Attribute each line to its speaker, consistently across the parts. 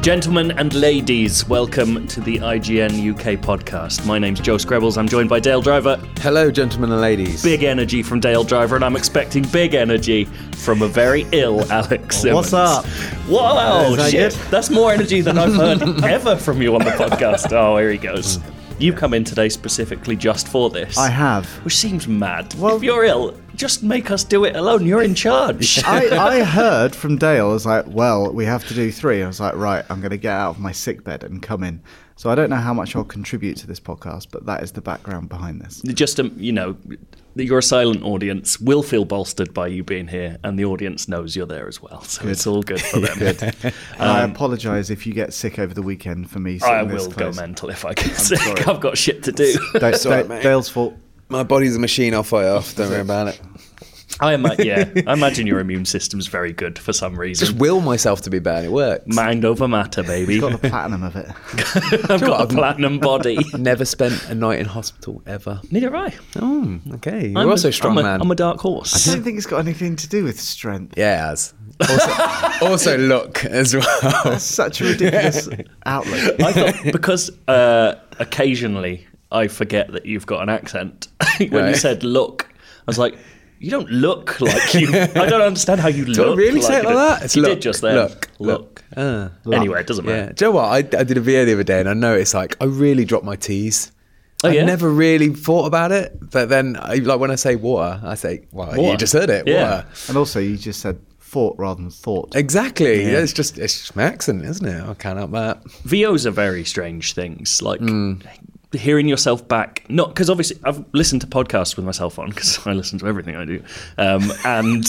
Speaker 1: Gentlemen and ladies, welcome to the IGN UK podcast. My name's Joe Screbbles. I'm joined by Dale Driver.
Speaker 2: Hello, gentlemen and ladies.
Speaker 1: Big energy from Dale Driver, and I'm expecting big energy from a very ill Alex Simmons.
Speaker 3: What's up?
Speaker 1: Wow,
Speaker 3: Is that
Speaker 1: shit.
Speaker 3: good?
Speaker 1: That's more energy than I've heard ever from you on the podcast. Oh, here he goes. You've come in today specifically just for this.
Speaker 3: I have.
Speaker 1: Which seems mad.
Speaker 3: Well-
Speaker 1: if you're ill, just make us do it alone. You're in charge.
Speaker 3: I, I heard from Dale, I was like, well, we have to do three. I was like, right, I'm going to get out of my sick bed and come in. So I don't know how much I'll contribute to this podcast, but that is the background behind this.
Speaker 1: just um, you know your silent audience will feel bolstered by you being here and the audience knows you're there as well so it's all good for them
Speaker 3: And I apologise if you get sick over the weekend for me.
Speaker 1: Um, i
Speaker 3: sitting this
Speaker 1: will go
Speaker 3: close.
Speaker 1: mental if i get sick i've got shit to do
Speaker 3: Da-
Speaker 2: alright,
Speaker 3: Da-
Speaker 2: mate.
Speaker 3: Dale's fault.
Speaker 2: My body's a machine. I'll fight off. Don't worry about it.
Speaker 1: i ima- yeah i imagine your immune system's very good for some
Speaker 2: Just
Speaker 1: reason
Speaker 2: will myself to be bad. It works.
Speaker 1: mind over matter baby
Speaker 3: Got the platinum of it.
Speaker 1: i've got a platinum body
Speaker 2: Never spent a night in hospital ever.
Speaker 1: neither have i
Speaker 2: Oh, okay. You're
Speaker 1: I'm
Speaker 2: also
Speaker 1: a-
Speaker 2: a strong
Speaker 1: I'm a,
Speaker 2: man.
Speaker 1: i'm a dark
Speaker 3: I
Speaker 1: horse
Speaker 3: don't think it's got anything to do with strength.
Speaker 2: yeah, as. Also, also look as well.
Speaker 3: That's such a ridiculous outlook.
Speaker 1: I thought because uh, occasionally I forget that you've got an accent. when you
Speaker 2: Right.
Speaker 1: said look, I was like, you don't look like you. I don't understand how you
Speaker 2: Do I
Speaker 1: look.
Speaker 2: really say it
Speaker 1: you
Speaker 2: like
Speaker 1: do.
Speaker 2: that? It's
Speaker 1: you
Speaker 2: look,
Speaker 1: did just then.
Speaker 2: Look,
Speaker 1: look.
Speaker 2: Ah.
Speaker 1: Anyway, it doesn't
Speaker 2: Yeah.
Speaker 1: matter.
Speaker 2: Do you know what? I, I did a video the other day and I noticed like I really dropped my T's.
Speaker 1: Oh,
Speaker 2: I
Speaker 1: yeah?
Speaker 2: never really thought about it, but then I, like when I say water, I say well,
Speaker 1: Water.
Speaker 2: you just heard it.
Speaker 1: Yeah.
Speaker 2: Water.
Speaker 3: And also, you just said thought rather than thought.
Speaker 2: Exactly. Yeah. it's just it's just my accent, isn't it? I uh, can't help that.
Speaker 1: VOs are very strange things. Like
Speaker 3: Hmm.
Speaker 1: hearing yourself back, not because obviously I've listened to podcasts with myself on because I listen to everything I do, um, and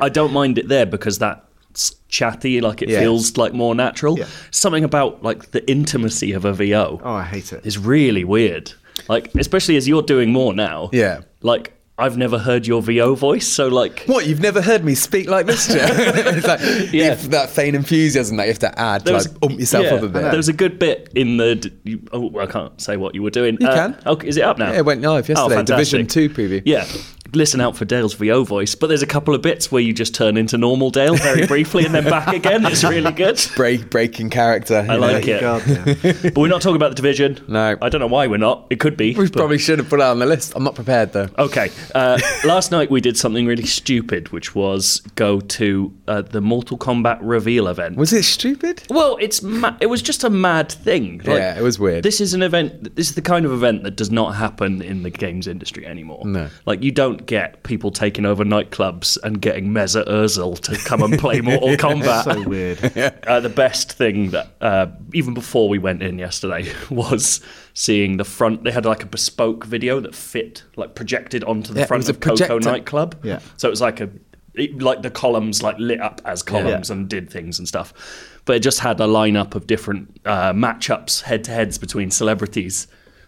Speaker 1: I don't mind it there because that's chatty, like it
Speaker 2: Yeah.
Speaker 1: feels like more natural.
Speaker 3: Yeah.
Speaker 1: Something about like the intimacy of a VO
Speaker 3: Oh, I hate it.
Speaker 1: is really weird. Like especially as you're doing more now.
Speaker 2: Yeah.
Speaker 1: Like I've never heard your VO voice, so like
Speaker 2: What you've never heard me speak like this, Joe? it's like
Speaker 1: Yeah.
Speaker 2: if that feign enthusiasm that you have to add, to,
Speaker 1: There was-
Speaker 2: like ump yourself
Speaker 1: yeah,
Speaker 2: up a bit.
Speaker 1: There was a good bit in the. d- You, oh, I can't say what you were doing.
Speaker 2: You can.
Speaker 1: Okay, is it up now? Oh,
Speaker 2: Yeah, it went live yesterday,
Speaker 1: fantastic.
Speaker 2: Division Two preview.
Speaker 1: Yeah. Listen out for Dale's VO voice, but there's a couple of bits where you just turn into normal Dale very briefly and then back again. It's really good.
Speaker 2: Break breaking character.
Speaker 1: I
Speaker 2: you
Speaker 1: like
Speaker 2: know?
Speaker 1: it.
Speaker 3: God, yeah.
Speaker 1: But we're not talking about the division.
Speaker 2: No.
Speaker 1: I don't know why we're not. It could be.
Speaker 2: We
Speaker 1: but-
Speaker 2: probably should have put it on the list. I'm not prepared though.
Speaker 1: Okay. Uh, last night we did something really stupid, which was go to uh, the Mortal Kombat reveal event.
Speaker 2: Was it stupid?
Speaker 1: Well, it's ma- it was just a mad thing. Like,
Speaker 2: Yeah, it was weird.
Speaker 1: This is an event. This is the kind of event that does not happen in the games industry anymore.
Speaker 2: No.
Speaker 1: like you don't get people taking over nightclubs and getting Meza Erzul to come and play Mortal Kombat.
Speaker 3: so weird.
Speaker 1: Uh, the best thing that uh, even before we went in yesterday was seeing the front. They had like a bespoke video that fit, like projected onto the
Speaker 2: Yeah, it
Speaker 1: front
Speaker 2: was a
Speaker 1: of Coco
Speaker 2: projector.
Speaker 1: nightclub.
Speaker 3: Yeah.
Speaker 1: So it was like a, it, like the columns like lit up as columns and did things and stuff. But it just had a lineup of different uh, matchups, head to heads between celebrities.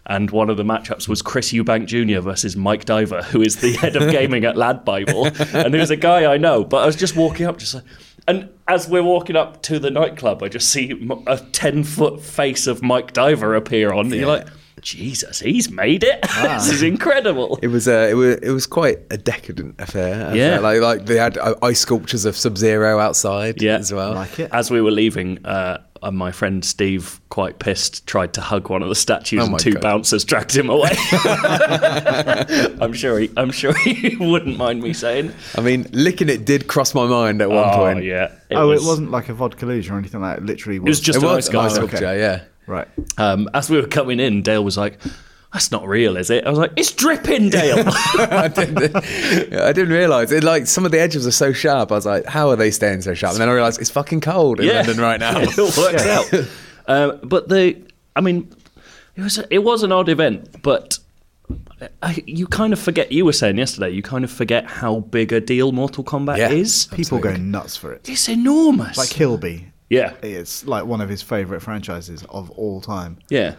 Speaker 1: And one of the matchups was Chris Eubank Jr. versus Mike Diver, who is the head of gaming at Lad Bible. And he was a guy I know, but I was just walking up, just like, and as we're walking up to the nightclub, I just see m- a 10 foot face of Mike Diver appear on. And you're like, Jesus, he's made it. this is incredible.
Speaker 2: It was a, it was it was quite a decadent affair. I
Speaker 1: Yeah.
Speaker 2: felt like like they had uh, ice sculptures of Sub Zero outside
Speaker 1: Yeah.
Speaker 2: as well.
Speaker 3: Like it.
Speaker 1: As we were leaving, uh, uh, my friend Steve, quite pissed, tried to hug one of the statues,
Speaker 2: Oh
Speaker 1: and
Speaker 2: my
Speaker 1: two
Speaker 2: God.
Speaker 1: bouncers dragged him away. I'm sure he, I'm sure he wouldn't mind me saying.
Speaker 2: I mean, licking it did cross my mind at one
Speaker 1: oh
Speaker 2: point.
Speaker 1: yeah,
Speaker 3: oh, it wasn't like a vodka luge or anything like that. It literally was.
Speaker 1: was just
Speaker 2: It
Speaker 1: an
Speaker 2: was
Speaker 1: ice
Speaker 2: a nice
Speaker 1: sculpture.
Speaker 2: sculpture, yeah.
Speaker 3: Right.
Speaker 1: Um, as we were coming in, Dale was like, "That's not real, is it?" I was like, "It's dripping, Dale."
Speaker 2: I didn't, I didn't realize it. Like some of the edges are so sharp. I was like, "How are they staying so sharp?" And then I realized it's fucking cold in London right now.
Speaker 1: it all works out. Uh, but the, I mean, it was it was an odd event, but I, you kind of forget. You were saying yesterday, you kind of forget how big a deal Mortal Kombat
Speaker 2: Yeah.
Speaker 1: is.
Speaker 3: People go nuts for it.
Speaker 1: It's enormous.
Speaker 3: Like Kilby.
Speaker 1: yeah,
Speaker 3: It's like one of his favourite franchises of all time.
Speaker 1: yeah.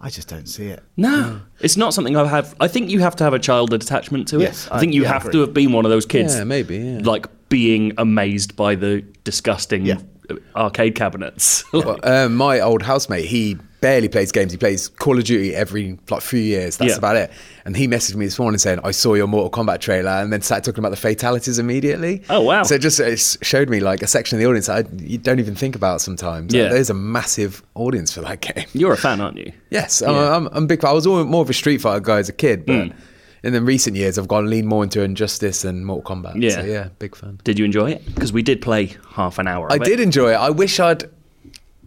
Speaker 3: I just don't see it.
Speaker 2: Hmm.
Speaker 1: No, it's not something I have. I think you have to have a childhood attachment to it.
Speaker 3: Yes,
Speaker 1: I
Speaker 3: I-
Speaker 1: think you
Speaker 3: yeah, I
Speaker 1: have to
Speaker 3: agree.
Speaker 1: have been one of those kids.
Speaker 2: Yeah, maybe, yeah.
Speaker 1: Like being amazed by the disgusting
Speaker 3: Yeah.
Speaker 1: arcade cabinets.
Speaker 2: Well, um, my old housemate, he barely plays games. He plays Call of Duty every like few years. That's
Speaker 1: Yeah.
Speaker 2: about it. And he messaged me this morning saying, "I saw your Mortal Kombat trailer," and then started talking about the fatalities immediately.
Speaker 1: Oh, wow.
Speaker 2: So it just it s- showed me like a section of the audience that I, you don't even think about sometimes. Like,
Speaker 1: Yeah.
Speaker 2: there's a massive audience for that game.
Speaker 1: You're a fan, aren't you?
Speaker 2: Yes, I'm, I'm, I'm a big. fan. I was all, more of a Street Fighter guy as a kid, but in the recent years, I've gone lean more into Injustice and Mortal Kombat.
Speaker 1: Yeah.
Speaker 2: so, yeah, big fan.
Speaker 1: Did you enjoy it? Because we did play half an hour.
Speaker 2: I
Speaker 1: of it.
Speaker 2: did enjoy it. I wish I'd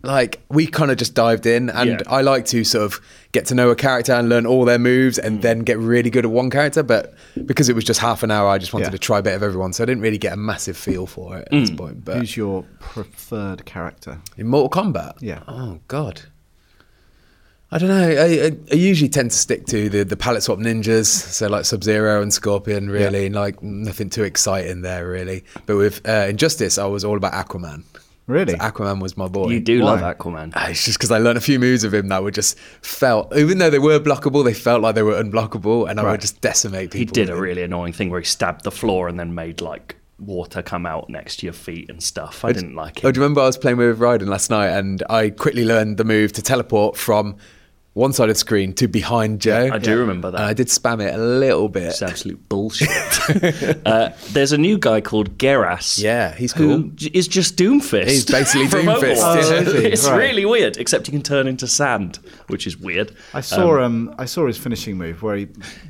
Speaker 2: like we kind of just dived in, and
Speaker 1: Yeah.
Speaker 2: I like to sort of get to know a character and learn all their moves, and then get really good at one character. But because it was just half an hour, I just wanted to
Speaker 3: Yeah.
Speaker 2: try a bit of everyone, so I didn't really get a massive feel for it at this point. But
Speaker 3: Who's your preferred character?
Speaker 2: in Mortal Kombat,
Speaker 3: Yeah.
Speaker 2: oh god. I don't know. I, I, I usually tend to stick to the, the palette swap ninjas, so like Sub Zero and Scorpion, really. Like nothing too exciting there, really. But with uh, Injustice, I was all about Aquaman.
Speaker 3: Really?
Speaker 2: So Aquaman was my boy.
Speaker 1: You do
Speaker 3: Why?
Speaker 1: love Aquaman.
Speaker 2: Ah, It's just because I learned a few moves of him that were just felt, even though they were blockable, they felt like they were unblockable, and I would
Speaker 3: Right.
Speaker 2: just decimate people.
Speaker 1: He did a
Speaker 2: with it.
Speaker 1: really annoying thing where he stabbed the floor and then made like water come out next to your feet and stuff. I didn't like
Speaker 2: Oh,
Speaker 1: it.
Speaker 2: do you remember I was playing with Ryden last night, and I quickly learned the move to teleport from one side of the screen to behind Joe.
Speaker 1: I do remember that.
Speaker 2: And I did spam it a little bit.
Speaker 1: It's absolute bullshit. uh, there's a new guy called Geras.
Speaker 2: Yeah, he's
Speaker 1: Who j- is just Doomfist?
Speaker 2: He's basically
Speaker 1: from
Speaker 2: Doomfist,
Speaker 1: Overwatch.
Speaker 3: yeah. Oh, is he?
Speaker 1: it's
Speaker 3: Right.
Speaker 1: really weird, except he can turn into sand, which is weird. Uh,
Speaker 3: I saw um, I saw his finishing move where he,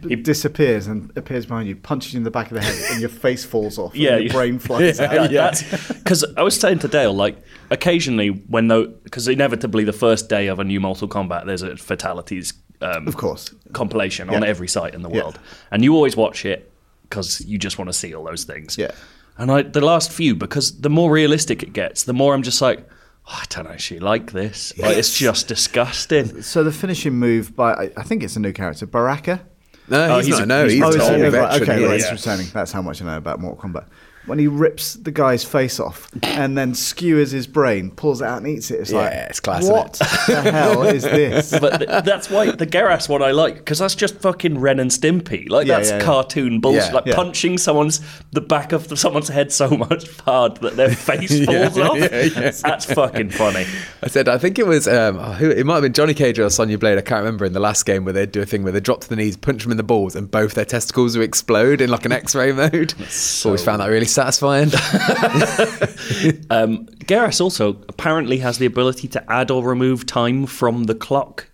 Speaker 1: He-
Speaker 3: disappears and appears behind you, punches you in the back of the head, and your face falls off.
Speaker 1: Yeah,
Speaker 3: and your
Speaker 1: you-
Speaker 3: brain flies out.
Speaker 1: Because I was saying to Dale, like, occasionally when though, because inevitably the first day of a new Mortal Kombat, there's a fatalities um,
Speaker 3: Of course.
Speaker 1: compilation on
Speaker 3: Yeah.
Speaker 1: every site in the
Speaker 3: Yeah.
Speaker 1: world, and you always watch it because you just want to see all those things.
Speaker 3: Yeah.
Speaker 1: And I, the last few, because the more realistic it gets, the more I'm just like, "Oh, I don't actually like this. Like, it's just disgusting.
Speaker 3: So the finishing move by I, I think it's a new character, Baraka.
Speaker 2: No,
Speaker 1: Oh,
Speaker 2: he's,
Speaker 1: he's
Speaker 2: not.
Speaker 1: a-
Speaker 2: no,
Speaker 1: he's
Speaker 2: he's,
Speaker 1: not. Oh,
Speaker 2: a
Speaker 3: he's
Speaker 1: he's
Speaker 2: total
Speaker 1: a-
Speaker 3: right,
Speaker 2: veteran.
Speaker 3: okay,
Speaker 2: yeah,
Speaker 3: right,
Speaker 2: yeah.
Speaker 3: he's returning. That's how much I know about Mortal Kombat. When he rips the guy's face off and then skewers his brain, pulls it out and eats it, it's like,
Speaker 2: Yeah, it's class, isn't
Speaker 3: what the hell is this?
Speaker 1: But th- that's why the Geras one I like because that's just fucking Ren and Stimpy. Like
Speaker 3: Yeah,
Speaker 1: that's
Speaker 3: yeah, yeah.
Speaker 1: cartoon bullshit.
Speaker 2: Yeah.
Speaker 1: like
Speaker 3: Yeah.
Speaker 1: punching someone's the back of the, someone's head so much hard that their face
Speaker 2: Yeah,
Speaker 1: falls off.
Speaker 2: yeah, yeah.
Speaker 1: That's fucking funny.
Speaker 2: I said, I think it was, um, oh, who, it might have been Johnny Cage or Sonya Blade. I can't remember in the last game where they'd do a thing where they drop to the knees, punch them in the balls, and both their testicles would explode in like an X ray mode. Always found that really satisfying.
Speaker 1: Um, Garrus also apparently has the ability to add or remove time from the clock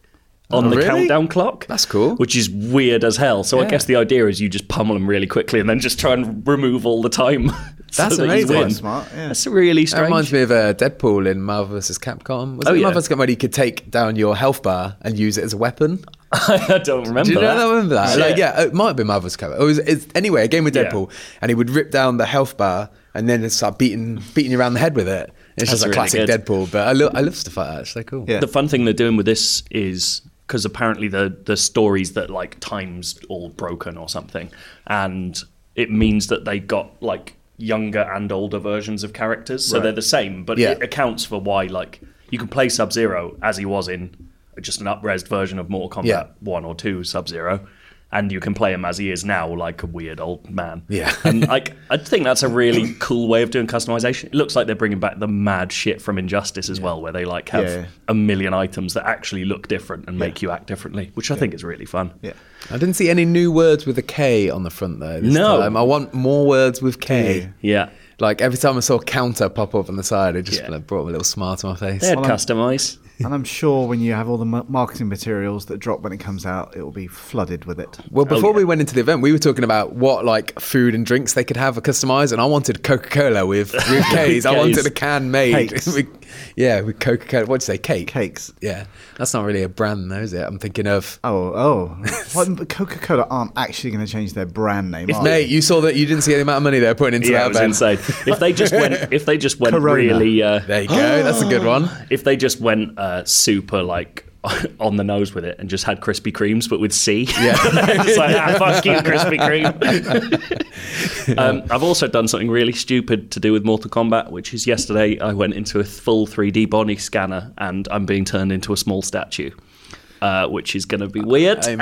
Speaker 1: on
Speaker 2: Oh,
Speaker 1: the
Speaker 2: really?
Speaker 1: countdown clock.
Speaker 2: That's cool.
Speaker 1: Which is weird as hell. So I
Speaker 2: Yeah.
Speaker 1: guess the idea is you just pummel him really quickly and then just try and remove all the time. so
Speaker 2: That's
Speaker 1: that you
Speaker 2: amazing.
Speaker 1: win.
Speaker 2: Quite
Speaker 3: smart, yeah.
Speaker 1: That's really
Speaker 2: That
Speaker 1: strange.
Speaker 2: reminds me of uh, Deadpool in Marvel vs. Capcom. Was
Speaker 1: Oh,
Speaker 2: it
Speaker 1: yeah.
Speaker 2: Marvel vs. Capcom where he could take down your health bar and use it as a weapon?
Speaker 1: I don't remember.
Speaker 2: Do you know
Speaker 1: that.
Speaker 2: that? remember that?
Speaker 1: Yeah.
Speaker 2: Like, yeah, it might have been Marvel vs. Capcom. It was, it's, anyway, a game with
Speaker 1: Yeah.
Speaker 2: Deadpool, and he would rip down the health bar and then just start beating beating you around the head with it. It's
Speaker 1: That's
Speaker 2: just a
Speaker 1: really
Speaker 2: classic
Speaker 1: good.
Speaker 2: Deadpool, but I, lo- I love stuff like that. It's so cool.
Speaker 3: Yeah.
Speaker 1: The fun thing they're doing with this is because apparently the the stories that like time's all broken or something, and it means that they got like younger and older versions of characters, so
Speaker 3: Right.
Speaker 1: they're the same, but
Speaker 2: Yeah.
Speaker 1: it accounts for why like you can play Sub Zero as he was in just an upresed version of Mortal Kombat
Speaker 2: Yeah.
Speaker 1: One or Two Sub Zero. And you can play him as he is now, like a weird old man.
Speaker 2: Yeah.
Speaker 1: and like I think that's a really cool way of doing customization. It looks like they're bringing back the mad shit from Injustice as well, where they like have
Speaker 3: Yeah.
Speaker 1: a million items that actually look different and make you act differently, which I think is really fun.
Speaker 3: Yeah.
Speaker 2: I didn't see any new words with a K on the front though. this
Speaker 1: No.
Speaker 2: time. I want more words with K.
Speaker 1: Yeah.
Speaker 2: Like every time I saw counter pop up on the side, it just
Speaker 1: Yeah.
Speaker 2: like, brought a little smile to my face.
Speaker 1: They had
Speaker 3: Well, I'm-
Speaker 1: customize.
Speaker 3: And I'm sure when you have all the ma- marketing materials that drop when it comes out, it will be flooded with it.
Speaker 2: Well, before
Speaker 1: Oh, yeah.
Speaker 2: we went into the event, we were talking about what like food and drinks they could have customized, and I wanted Coca Cola with, with K's. I
Speaker 1: K's.
Speaker 2: wanted a can made.
Speaker 3: Cakes.
Speaker 2: with, yeah, with Coca Cola. What'd you say? Cake.
Speaker 3: Cakes.
Speaker 2: Yeah, that's not really a brand, though, is it? I'm thinking of.
Speaker 3: Oh, oh. What, Coca-Cola aren't actually going to change their brand name, are
Speaker 2: Mate, you saw that you didn't see any amount of money they're putting into
Speaker 1: Oh, Yeah, it
Speaker 2: that
Speaker 1: was
Speaker 2: event.
Speaker 1: insane. If they just went, if they just went
Speaker 3: Corona.
Speaker 1: really, uh,
Speaker 2: There you go. that's a good
Speaker 1: Oh,
Speaker 2: one.
Speaker 1: if they just went uh, super like on the nose with it and just had Krispy Kremes but with C. Yeah. just like, ah, fuck you, Krispy Kreme. um, I've also done something really stupid to do with Mortal Kombat, which is yesterday I went into a full 3D body scanner and I'm being turned into a small statue. uh, which is going to be weird.
Speaker 2: Um,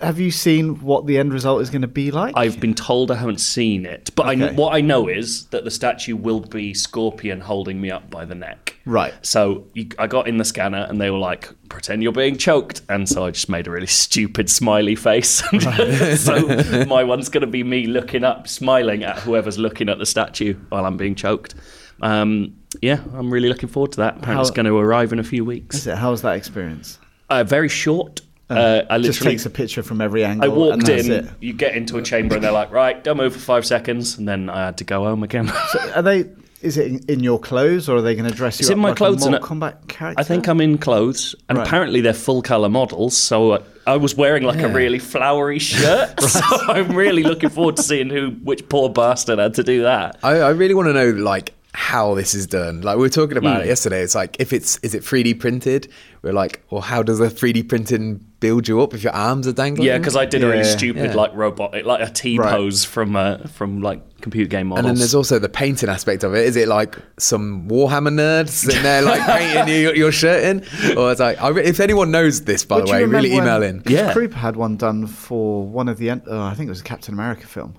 Speaker 3: Have you seen what the end result is going to be like?
Speaker 1: I've been told I haven't seen it, but I kn-
Speaker 3: Okay.
Speaker 1: what I know is that the statue will be Scorpion holding me up by the neck.
Speaker 3: Right.
Speaker 1: So you, I got in the scanner and they were like, "Pretend you're being choked," and so I just made a really stupid smiley face. so my one's going to be me looking up, smiling at whoever's looking at the statue while I'm being choked. Um, yeah, I'm really looking forward to that. Apparently,
Speaker 3: How-
Speaker 1: it's going to arrive in a few weeks.
Speaker 3: Is it? How was that experience?
Speaker 1: Uh, very short. Uh, I
Speaker 3: Just
Speaker 1: literally
Speaker 3: takes a picture from every angle.
Speaker 1: I
Speaker 3: and
Speaker 1: walked
Speaker 3: that's
Speaker 1: in,
Speaker 3: it.
Speaker 1: you get into a chamber, and they're like, right, don't move for five seconds. And then I had to go home again.
Speaker 3: Are they? Is it in, in your clothes, or are they going to dress you
Speaker 1: It's
Speaker 3: up
Speaker 1: in my
Speaker 3: like
Speaker 1: clothes
Speaker 3: a
Speaker 1: and
Speaker 3: Mortal
Speaker 1: it-
Speaker 3: Kombat character?
Speaker 1: I think I'm in clothes, and
Speaker 3: Right.
Speaker 1: apparently they're full color models. So I, I was wearing like a really flowery shirt. So I'm really looking forward to seeing who, which poor bastard had to do that.
Speaker 2: I, I really want to know like how this is done. Like we were talking about
Speaker 1: Mm.
Speaker 2: it yesterday. It's like if it's is it 3D printed? We're like, well, how does a 3D printing build you up if your arms are dangling?
Speaker 1: Yeah, because I did a really
Speaker 3: Yeah,
Speaker 1: stupid
Speaker 2: yeah.
Speaker 1: like robotic, like a T
Speaker 3: Right.
Speaker 1: pose from uh, from like computer game models.
Speaker 2: And then there's also the painting aspect of it. Is it like some Warhammer nerd sitting there like painting you, your shirt in, or it's like I re- if anyone knows this, by
Speaker 3: Would
Speaker 2: the
Speaker 3: you
Speaker 2: way,
Speaker 3: remember
Speaker 2: really
Speaker 3: when
Speaker 2: email in.
Speaker 1: Yeah.
Speaker 3: Krupa had one done for one of the. en- Oh, I think it was a Captain America film.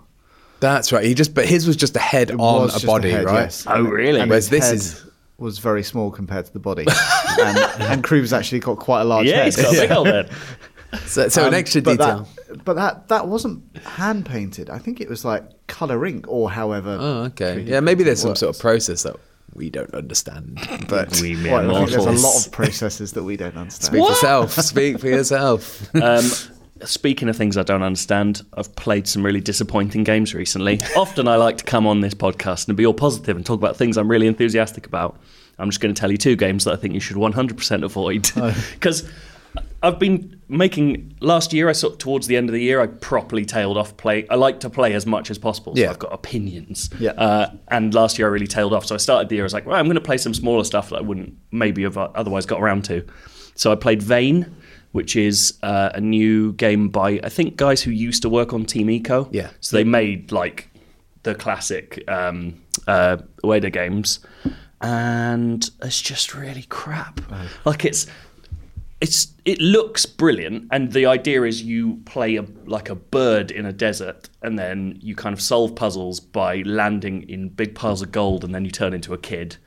Speaker 2: That's right. He just but his was just a head on
Speaker 3: was
Speaker 2: a
Speaker 3: just
Speaker 2: body,
Speaker 3: head,
Speaker 2: right?
Speaker 3: yes.
Speaker 1: Oh, really?
Speaker 3: And
Speaker 2: Whereas
Speaker 3: his
Speaker 2: this
Speaker 3: head
Speaker 2: is-
Speaker 3: was very small compared to the body, and, and Krupa's actually got quite a large
Speaker 1: yeah,
Speaker 3: head.
Speaker 1: he's got a big old head.
Speaker 2: So, so an
Speaker 3: Um,
Speaker 2: extra
Speaker 3: but
Speaker 2: detail.
Speaker 3: That, but that that wasn't hand painted. I think it was like color ink or however.
Speaker 2: oh, okay.
Speaker 3: 3D
Speaker 2: Yeah, maybe there's some
Speaker 3: printing
Speaker 2: sort of process that we don't understand. But
Speaker 1: We
Speaker 3: works.
Speaker 1: mere
Speaker 3: Well, I think there's
Speaker 1: mortals.
Speaker 3: a lot of processes that we don't understand.
Speaker 2: speak for yourself. Speak for yourself.
Speaker 1: Um, speaking of things I don't understand, I've played some really disappointing games recently. Often I like to come on this podcast and be all positive and talk about things I'm really enthusiastic about. I'm just going to tell you two games that I think you should 100% avoid because I've been making last year. I sort of towards the end of the year, I properly tailed off play. I like to play as much as possible. So
Speaker 2: Yeah.
Speaker 1: I've got opinions.
Speaker 3: Yeah.
Speaker 1: Uh, and last year I really tailed off. So I started the year. I was like, right, I'm going to play some smaller stuff that I wouldn't maybe have uh, otherwise got around to. So I played Vane, which is uh, a new game by I think guys who used to work on Team Eco.
Speaker 2: Yeah.
Speaker 1: So they made like the classic um, uh, Ueda games, and it's just really crap. Like it's it's it looks brilliant and the idea is you play a, like a bird in a desert and then you kind of solve puzzles by landing in big piles of gold and then you turn into a kid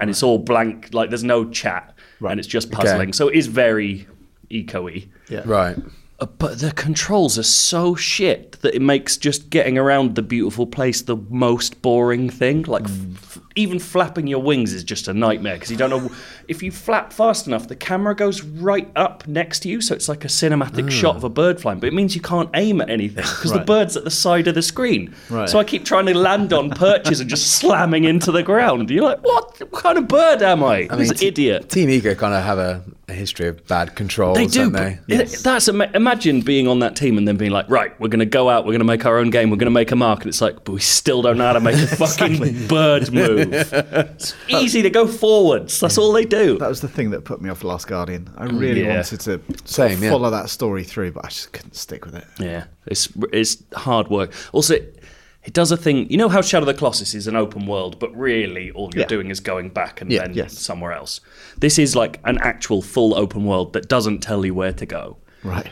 Speaker 1: and it's all blank like there's no chat and it's just puzzling so it is very eco-y
Speaker 3: Yeah.
Speaker 2: Right.
Speaker 1: Uh, but the controls are so shit that it makes just getting around the beautiful place the most boring thing. Like, f- even flapping your wings is just a nightmare because you don't know. If you flap fast enough, the camera goes right up next to you, so it's like a cinematic shot of a bird flying, but it means you can't aim at anything because the
Speaker 3: Right.
Speaker 1: bird's at the side of the screen.
Speaker 3: Right.
Speaker 1: So I keep trying to land on perches and just slamming into the ground. You're like, what, what kind of bird am I? I
Speaker 2: mean,
Speaker 1: an
Speaker 2: t-
Speaker 1: idiot.
Speaker 2: Team Ego kind of have a, a history of bad controls,
Speaker 1: They do.
Speaker 2: don't they?
Speaker 1: but it- That's ima- imagine being on that team and then being like, right, we're going to go out, we're going to make our own game, we're going to make a mark, and it's like, but we still don't know how to make a fucking bird move. It's easy to go forwards. That's all they do.
Speaker 3: That was the thing that put me off Last Guardian. I really
Speaker 1: Yeah.
Speaker 3: wanted to sort of
Speaker 2: Same, yeah.
Speaker 3: follow that story through, but I just couldn't stick with it.
Speaker 1: Yeah, it's it's hard work. Also, it, it does a thing. You know how Shadow of the Colossus is an open world, but really all you're
Speaker 3: Yeah.
Speaker 1: doing is going back and
Speaker 2: Yeah,
Speaker 1: then
Speaker 3: yes.
Speaker 1: somewhere else. This is like an actual full open world that doesn't tell you where to go.
Speaker 3: Right.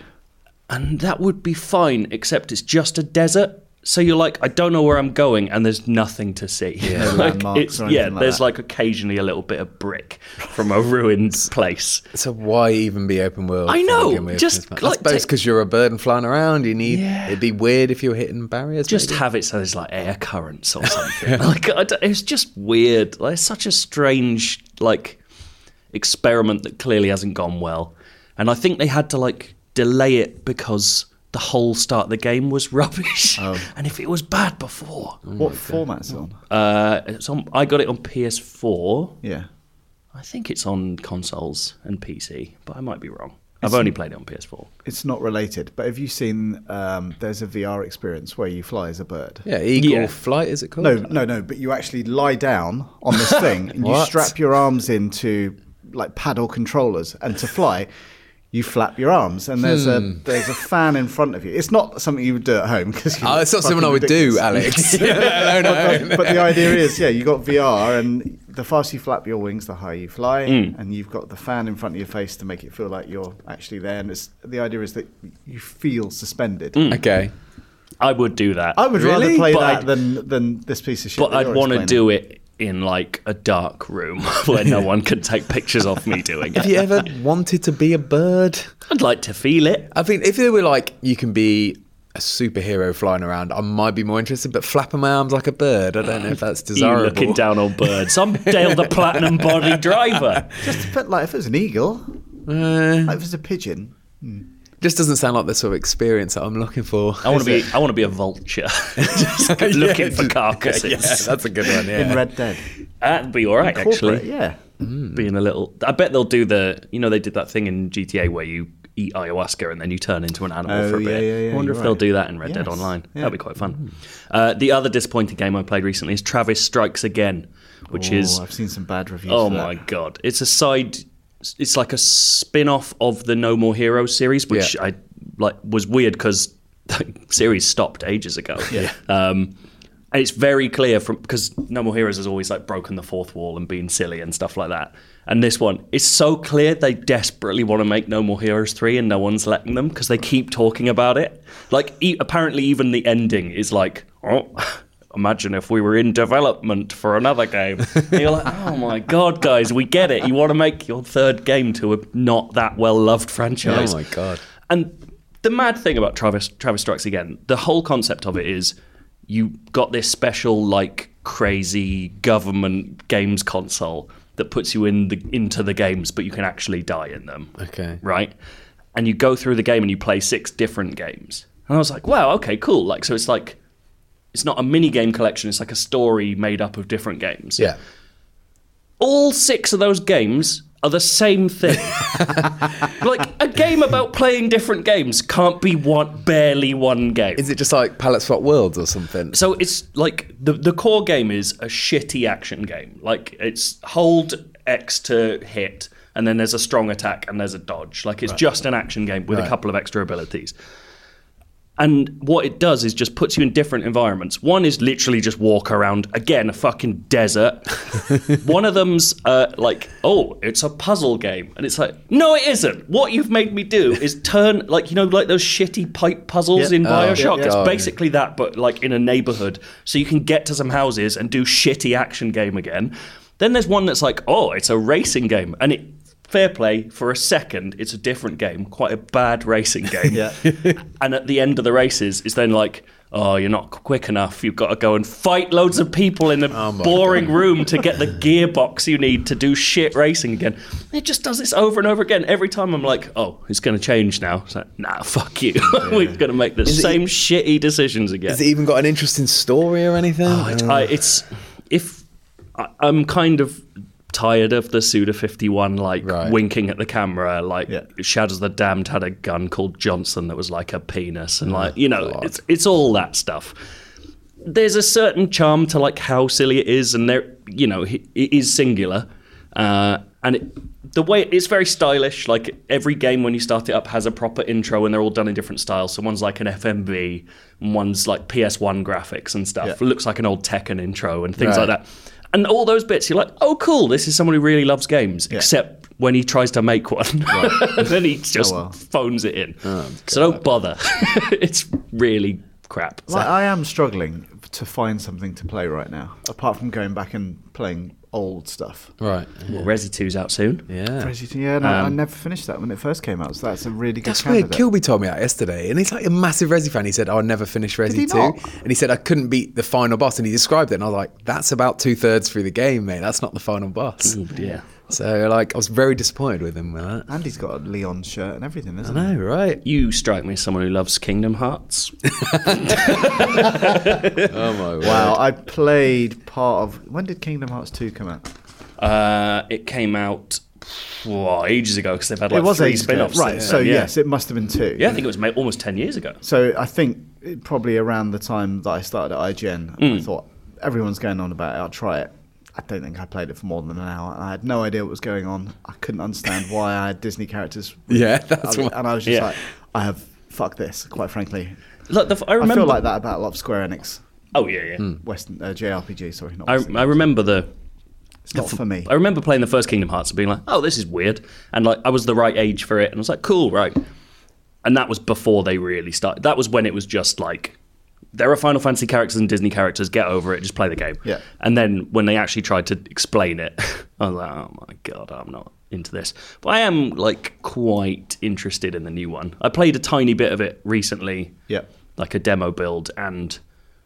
Speaker 1: and that would be fine except it's just a desert so you're like i don't know where i'm going and there's nothing to see yeah,
Speaker 3: landmarks or anything
Speaker 1: yeah
Speaker 3: like
Speaker 1: there's
Speaker 3: that.
Speaker 1: like occasionally a little bit of brick from a ruined place
Speaker 2: So why even be open world?
Speaker 1: I
Speaker 2: to
Speaker 1: know,
Speaker 2: begin with?
Speaker 1: just,
Speaker 2: I
Speaker 1: like,
Speaker 2: suppose
Speaker 1: take-
Speaker 2: because you're a bird and flying around, you need.
Speaker 1: Yeah.
Speaker 2: It'd be weird if you were hitting barriers.
Speaker 1: just
Speaker 2: maybe.
Speaker 1: have it so there's like air currents or something like I don't- it's just weird like it's such a strange like experiment that clearly hasn't gone well and i think they had to like delay it because the whole start of the game was rubbish
Speaker 3: Oh.
Speaker 1: and if it was bad before
Speaker 2: Oh
Speaker 3: What format's it on?
Speaker 1: Uh, it's on. I got it on PS4.
Speaker 3: Yeah.
Speaker 1: I think it's on consoles and PC, but I might be wrong. I've only played it on PS4.
Speaker 3: It's not related, but have you seen? Um, there's a VR experience where you fly as a bird.
Speaker 2: yeah, eagle
Speaker 1: Yeah.
Speaker 2: flight is it called?
Speaker 3: No, no, no. But you actually lie down on this thing and you
Speaker 2: What?
Speaker 3: strap your arms into like paddle controllers, and to fly, you flap your arms, and there's
Speaker 2: Hmm.
Speaker 3: a there's a fan in front of you. It's not something you would do at home because
Speaker 2: Oh, it's not something I would do, Alex. no, no.
Speaker 3: but the idea is, yeah, you got VR, and the faster you flap your wings, the higher you fly,
Speaker 1: Hmm.
Speaker 3: and you've got the fan in front of your face to make it feel like you're actually there. And it's, the idea is that you feel suspended.
Speaker 2: Okay.
Speaker 1: I would do that.
Speaker 3: I would rather
Speaker 2: Really?
Speaker 3: play
Speaker 1: Hmm. But
Speaker 3: that
Speaker 1: I'd-
Speaker 3: than than this piece of shit.
Speaker 1: but
Speaker 3: that
Speaker 1: I'd
Speaker 3: you're
Speaker 1: want to
Speaker 3: explaining.
Speaker 1: do it in like a dark room where no one can take pictures of me doing
Speaker 2: Have
Speaker 1: it.
Speaker 2: you ever wanted to be a bird?
Speaker 1: I'd like to feel it.
Speaker 2: I think if they were like, you can be a superhero flying around, I might be more interested. But flapping my arms like a bird, I don't know if that's
Speaker 1: You
Speaker 2: desirable.
Speaker 1: looking down on birds. I'm Dale the Platinum Body Driver.
Speaker 3: Just put, like if it was an eagle,
Speaker 2: Uh,
Speaker 3: like if it was a pigeon.
Speaker 2: just doesn't sound like the sort of experience that I'm looking for.
Speaker 1: I want to be. I want to be a vulture, just looking for carcasses.
Speaker 2: yeah, that's a good one. Yeah.
Speaker 3: In Red Dead,
Speaker 1: That'd be all right,
Speaker 3: Corporate,
Speaker 1: actually.
Speaker 3: yeah.
Speaker 1: Being a little. I bet they'll do the. You know, they did that thing in GTA where you eat ayahuasca and then you turn into an animal
Speaker 3: Oh,
Speaker 1: for a
Speaker 3: yeah,
Speaker 1: bit.
Speaker 3: yeah, yeah,
Speaker 1: I wonder
Speaker 3: you're
Speaker 1: if they'll
Speaker 3: right.
Speaker 1: do that in Red Dead
Speaker 3: Yes,
Speaker 1: Online.
Speaker 3: yeah.
Speaker 1: That'd be quite fun. Uh, the other disappointing game I played recently is Travis Strikes Again, which
Speaker 3: Oh,
Speaker 1: is
Speaker 3: I've seen some bad reviews.
Speaker 1: Oh
Speaker 3: for that.
Speaker 1: my god! It's a side. It's like a spin-off of the No More Heroes series, which
Speaker 2: Yeah.
Speaker 1: I like was weird because the series stopped ages ago.
Speaker 2: Yeah.
Speaker 1: Um, and it's very clear from because No More Heroes has always like broken the fourth wall and been silly and stuff like that. And this one, it's so clear they desperately want to make No More Heroes three, and no one's letting them because they keep talking about it. Like e- apparently, even the ending is like, oh, imagine if we were in development for another game. And you're like, oh my god, guys, we get it. You want to make your third game to a not that well loved franchise.
Speaker 2: Oh my god.
Speaker 1: And the mad thing about Travis Travis Strikes Again, the whole concept of it is you got this special like crazy government games console that puts you in the into the games, but you can actually die in them.
Speaker 2: Okay.
Speaker 1: Right? And you go through the game and you play six different games. And I was like, wow, okay, cool. Like so it's like it's not a mini game collection, it's like a story made up of different games
Speaker 2: Yeah.
Speaker 1: all six of those games are the same thing. like a game about playing different games can't be one barely one game.
Speaker 2: Is it just like palette swap worlds or something?
Speaker 1: Um, so it's like the the core game is a shitty action game. Like it's hold X to hit and then there's a strong attack and there's a dodge. Like it's just an action game with a
Speaker 2: Right.
Speaker 1: couple of extra abilities. And what it does is just puts you in different environments. One is literally just walk around again a fucking desert. One of them's uh, like, oh, it's a puzzle game, and it's like, no, it isn't. What you've made me do is turn like you know like those shitty pipe puzzles
Speaker 3: Yeah.
Speaker 1: in
Speaker 3: Oh,
Speaker 1: Bioshock.
Speaker 2: yeah,
Speaker 1: It's
Speaker 2: yeah.
Speaker 1: basically that, but like in a neighborhood, so you can get to some houses and do shitty action game again. Then there's one that's like, oh, it's a racing game, and it. Fair play for a second. It's a different game, quite a bad racing game
Speaker 3: Yeah.
Speaker 1: and at the end of the races, it's then like, oh, you're not quick enough. You've got to go and fight loads of people in the
Speaker 2: my
Speaker 1: boring room to get the gearbox you need to do shit racing again. It just does this over and over again. Every time I'm like, oh, it's going to change now. It's like, nah, fuck you. We're going to make the
Speaker 2: it-
Speaker 1: same shitty decisions again.
Speaker 2: Has it even got an interesting story or anything?
Speaker 1: I- I, it's if I, I'm kind of tired of the Suda 51 like
Speaker 2: Right.
Speaker 1: winking at the camera like
Speaker 3: Yeah.
Speaker 1: Shadows of the Damned had a gun called Johnson that was like a penis and
Speaker 2: Oh,
Speaker 1: like you know it's it's all that stuff there's a certain charm to like how silly it is, and there, you know, it it is singular, uh, and it, the way it's very stylish. Like every game when you start it up has a proper intro, and they're all done in different styles. So one's like an FMV, and one's like PS1 graphics and stuff. It looks like an old Tekken intro and things
Speaker 2: Right.
Speaker 1: like that. And all those bits, you're like, oh, cool, this is someone who really loves games, except when he tries to make one. then he just
Speaker 3: well.
Speaker 1: phones it in. so don't bother. it's really crap.
Speaker 3: Like, I am struggling to find something to play right now, apart from going back and playing old stuff.
Speaker 2: Right.
Speaker 1: Well, Resi 2's out soon.
Speaker 2: Yeah.
Speaker 3: Resident- Yeah, no, I never finished that when it first came out, so that's a really good
Speaker 2: That's weird.
Speaker 3: candidate.
Speaker 2: Kilby told me that yesterday, and he's like a massive Resi fan. He said, "I'll never finish Resi
Speaker 3: he
Speaker 2: two,
Speaker 3: not?
Speaker 2: and he said I couldn't beat the final boss, and he described it, and I was like, "That's about two thirds through the game, mate. That's not the final boss."
Speaker 1: Yeah.
Speaker 2: So like, I was very disappointed with him with that.
Speaker 3: And he's got a Leon shirt and everything, isn't
Speaker 2: I know, right?
Speaker 1: You strike me as someone who loves Kingdom Hearts.
Speaker 2: Oh my
Speaker 3: he? Wow, I played part of. When did Kingdom Hearts 2 come out?
Speaker 1: uh, it came out oh, ages ago because they've had like
Speaker 3: it was
Speaker 1: three
Speaker 3: ages ago.
Speaker 1: spin-offs.
Speaker 3: Right,
Speaker 1: since
Speaker 3: so
Speaker 1: then,
Speaker 3: yes, it must have been 2.
Speaker 1: yeah, I think it was ma- almost ten years ago.
Speaker 3: So I think it- probably around the time that I started at IGN, I thought everyone's going on about it. I'll try it. I don't think I played it for more than an hour. I had no idea what was going on. I couldn't understand why I had Disney characters.
Speaker 2: Yeah, that's
Speaker 3: I-
Speaker 2: what-
Speaker 3: and I was just
Speaker 1: Yeah.
Speaker 3: like, I have fuck this. Quite frankly,
Speaker 1: Look, the, f- I
Speaker 3: I
Speaker 1: remember.
Speaker 3: feel like that Hmm. about a lot of Square Enix
Speaker 1: Oh yeah, yeah.
Speaker 3: Western uh, JRPG. Sorry, not
Speaker 1: I,
Speaker 3: Western.
Speaker 1: I remember the
Speaker 3: It's not for me.
Speaker 1: I remember playing the first Kingdom Hearts and being like, "Oh, this is weird," and like I was the right age for it, and I was like, "Cool, right." And that was before they really started. That was when it was just like, there are Final Fantasy characters and Disney characters. Get over it. Just play the game.
Speaker 3: Yeah.
Speaker 1: And then when they actually tried to explain it, I was like, "Oh my god, I'm not into this." But I am like quite interested in the new one. I played a tiny bit of it recently
Speaker 3: Yeah.
Speaker 1: like a demo build and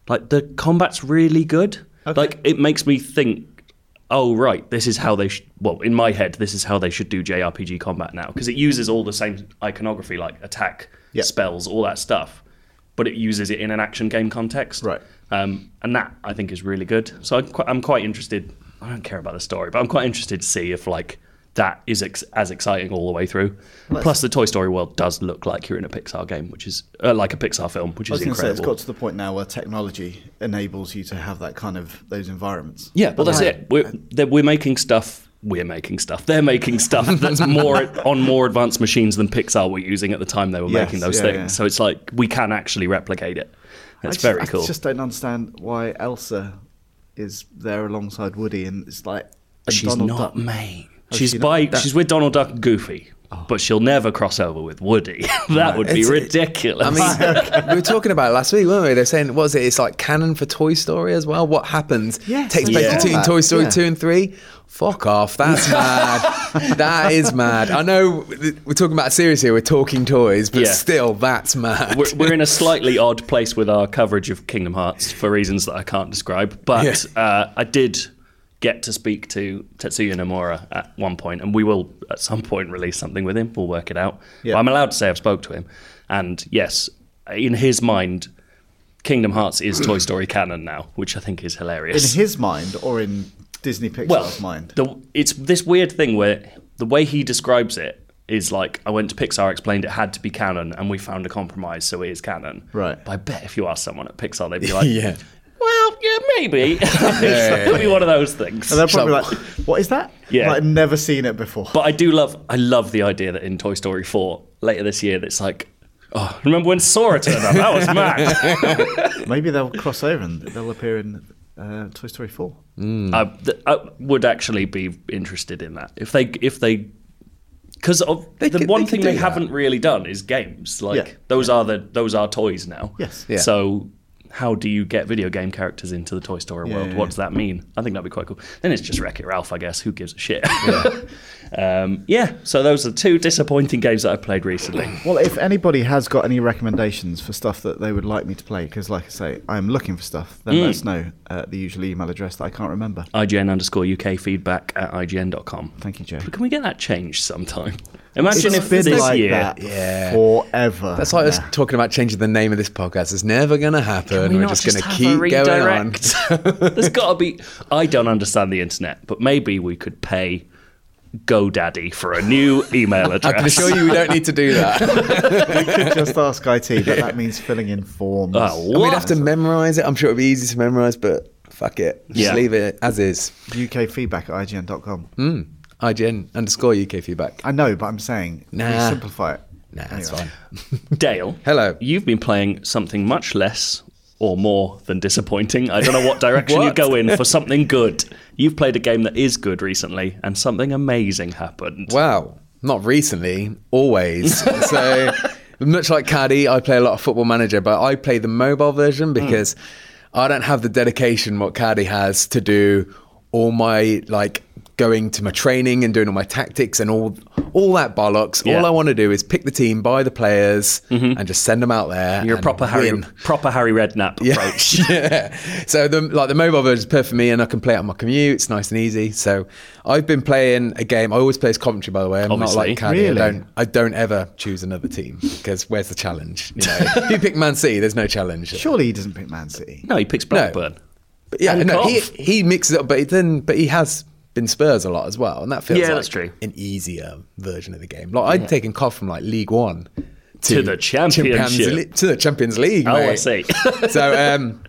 Speaker 1: like the combat's really good
Speaker 3: Okay.
Speaker 1: like it makes me think oh right this is how they sh- well in my head this is how they should do jrpg combat now because it uses all the same iconography like attack
Speaker 3: Yeah.
Speaker 1: spells all that stuff but it uses it in an action game context
Speaker 3: Right.
Speaker 1: um, and that i think is really good so I'm quite, I'm quite interested i don't care about the story but i'm quite interested to see if like that is ex- as exciting all the way through. Plus, the Toy Story world does look like you're in a Pixar game, which is uh, like a Pixar film, which
Speaker 3: I was
Speaker 1: is
Speaker 3: going to say
Speaker 1: incredible.
Speaker 3: it's got to the point now where technology enables you to have that kind of those environments.
Speaker 1: Yeah, well, that's it. We're, they're- we're making stuff. We're making stuff. They're making stuff that's more on more advanced machines than Pixar were using at the time they were
Speaker 3: Yes,
Speaker 1: making those
Speaker 3: yeah,
Speaker 1: things.
Speaker 3: yeah.
Speaker 1: So it's like we can actually replicate it. It's
Speaker 3: I just-
Speaker 1: very cool.
Speaker 3: I just don't understand why Elsa is there alongside Woody, and it's like and
Speaker 1: she's
Speaker 3: Donald
Speaker 1: not,
Speaker 3: Duck.
Speaker 1: mate.
Speaker 3: Oh,
Speaker 1: she's
Speaker 3: she not-
Speaker 1: by.
Speaker 3: that-
Speaker 1: She's with Donald Duck, and Goofy, but she'll never cross over with Woody. that would be
Speaker 2: It's- it-
Speaker 1: ridiculous.
Speaker 2: I mean, we were talking about it last week, weren't we? They're saying, what is it? It's like canon for Toy Story as well. What happens?
Speaker 3: Yes,
Speaker 2: Takes
Speaker 3: I
Speaker 2: place
Speaker 1: saw
Speaker 2: between
Speaker 3: that,
Speaker 2: Toy Story
Speaker 3: yeah.
Speaker 2: 2 and 3. Fuck off. That's mad. that is mad. I know th- we're talking about a series here. We're talking toys, but
Speaker 1: Yeah.
Speaker 2: still, that's mad.
Speaker 1: we're, we're in a slightly odd place with our coverage of Kingdom Hearts for reasons that I can't describe. But
Speaker 2: Yeah.
Speaker 1: uh, I did get to speak to Tetsuya Nomura at one point, and we will at some point release something with him. We'll work it out.
Speaker 3: Yeah.
Speaker 1: But I'm allowed to say I've spoke to him, and yes, in his mind, Kingdom Hearts is Toy Story canon now, which I think is
Speaker 3: in
Speaker 1: hilarious.
Speaker 3: his mind or in Disney Pixar's
Speaker 1: well,
Speaker 3: mind.
Speaker 1: the, it's this weird thing where the way he describes it. Is like I went to Pixar, explained it had to be canon, and we found a compromise, so it is canon.
Speaker 3: Right.
Speaker 1: But I bet if you ask someone at Pixar, they'd be like,
Speaker 2: Yeah.
Speaker 1: Well, yeah, maybe.
Speaker 2: yeah,
Speaker 1: It'll be one of those things.
Speaker 3: And they're probably
Speaker 2: So-
Speaker 3: like, "What is that?
Speaker 1: Yeah.
Speaker 3: Like, I've never seen it before."
Speaker 1: But I do love, I love the idea that in Toy Story 4 later this year, that's like, oh, remember when Sora turned up? That was mad.
Speaker 3: Maybe they'll cross over and they'll appear in uh, Toy Story Four.
Speaker 1: I, Uh, th- I would actually be interested in that if they, if they, because of
Speaker 2: They
Speaker 1: the
Speaker 2: could-
Speaker 1: one
Speaker 2: they could
Speaker 1: thing
Speaker 2: do
Speaker 1: they
Speaker 2: that.
Speaker 1: haven't really done is games. Like
Speaker 3: Yeah.
Speaker 1: those are the those are toys now.
Speaker 3: Yes.
Speaker 2: Yeah.
Speaker 1: So how do you get video game characters into the Toy Story
Speaker 3: Yeah,
Speaker 1: world?
Speaker 3: yeah,
Speaker 1: What does that mean? I think that'd be quite cool. Then it's just Wreck It Ralph, I guess. Who gives a shit? Yeah. um, yeah. So those are two disappointing games that I played recently.
Speaker 3: Well, if anybody has got any recommendations for stuff that they would like me to play, because like I say, I'm looking for stuff, then
Speaker 2: Mm.
Speaker 3: let us know at the usual email address that I can't remember.
Speaker 1: IGN underscore UK feedback at IGN.com.
Speaker 3: Thank you, Joe.
Speaker 1: Can we get that changed sometime? Imagine
Speaker 3: It's
Speaker 1: if
Speaker 3: been
Speaker 1: this
Speaker 3: like
Speaker 1: year.
Speaker 3: that
Speaker 2: Yeah.
Speaker 3: forever.
Speaker 2: That's like us
Speaker 3: now.
Speaker 2: talking about changing the name of this podcast. It's never going to happen.
Speaker 1: we
Speaker 2: are
Speaker 1: not
Speaker 2: just going to
Speaker 1: have
Speaker 2: keep
Speaker 1: a
Speaker 2: going on.
Speaker 1: redirect? There's got to be. I don't understand the internet, but maybe we could pay GoDaddy for a new email address.
Speaker 2: I can assure you we don't need to do that.
Speaker 3: just ask IT, but that means filling in forms.
Speaker 1: Oh,
Speaker 2: And
Speaker 1: what?
Speaker 2: We'd have to memorize it. I'm sure it'd be easy to memorize, but fuck it. Just
Speaker 1: Yeah.
Speaker 2: leave it as is.
Speaker 3: UK feedback at ign.com.
Speaker 2: Hmm? IGN underscore UK feedback.
Speaker 3: I know, but I'm saying
Speaker 2: Nah.
Speaker 3: you simplify it.
Speaker 2: Nah, that's
Speaker 3: Anyway.
Speaker 2: fine.
Speaker 1: Dale.
Speaker 2: Hello.
Speaker 1: You've been playing something much less or more than disappointing. I don't know what direction you go in for something good. You've played a game that is good recently, and something amazing happened.
Speaker 2: Wow. Not recently, always. so much like Caddy, I play a lot of Football Manager, but I play the mobile
Speaker 1: Hmm.
Speaker 2: version because I don't have the dedication what Caddy has to do all my like going to my training and doing all my tactics and all all that bollocks.
Speaker 1: Yeah. Mm-hmm.
Speaker 2: All I want to do is pick the team, buy the players, and just send them out there.
Speaker 1: You're a
Speaker 2: and
Speaker 1: proper Harry,
Speaker 2: win.
Speaker 1: proper Harry Redknapp approach.
Speaker 2: yeah. So the like the mobile version is perfect for me, and I can play it on my commute. It's nice and easy. So I've been playing a game. I always play as commentary, by the way. I'm not
Speaker 1: Obviously.
Speaker 2: like Caddy.
Speaker 3: Really?
Speaker 2: I don't. I don't ever choose another team because where's the challenge? You know? if you pick Man City, there's no challenge.
Speaker 3: Surely he doesn't pick Man City.
Speaker 1: No, he picks Blackburn.
Speaker 2: But yeah,
Speaker 1: And
Speaker 2: no, he
Speaker 1: Clough.
Speaker 2: he mixes it up, but he then but he has been Spurs a lot as well, and that feels
Speaker 1: Yeah,
Speaker 2: like
Speaker 1: that's true.
Speaker 2: an easier version of the game. Like I'd taken Cough from like League One
Speaker 1: To the Championship.
Speaker 2: Champions Lea- to the Champions League.
Speaker 1: Oh, I
Speaker 2: mate.
Speaker 1: see.
Speaker 2: so um,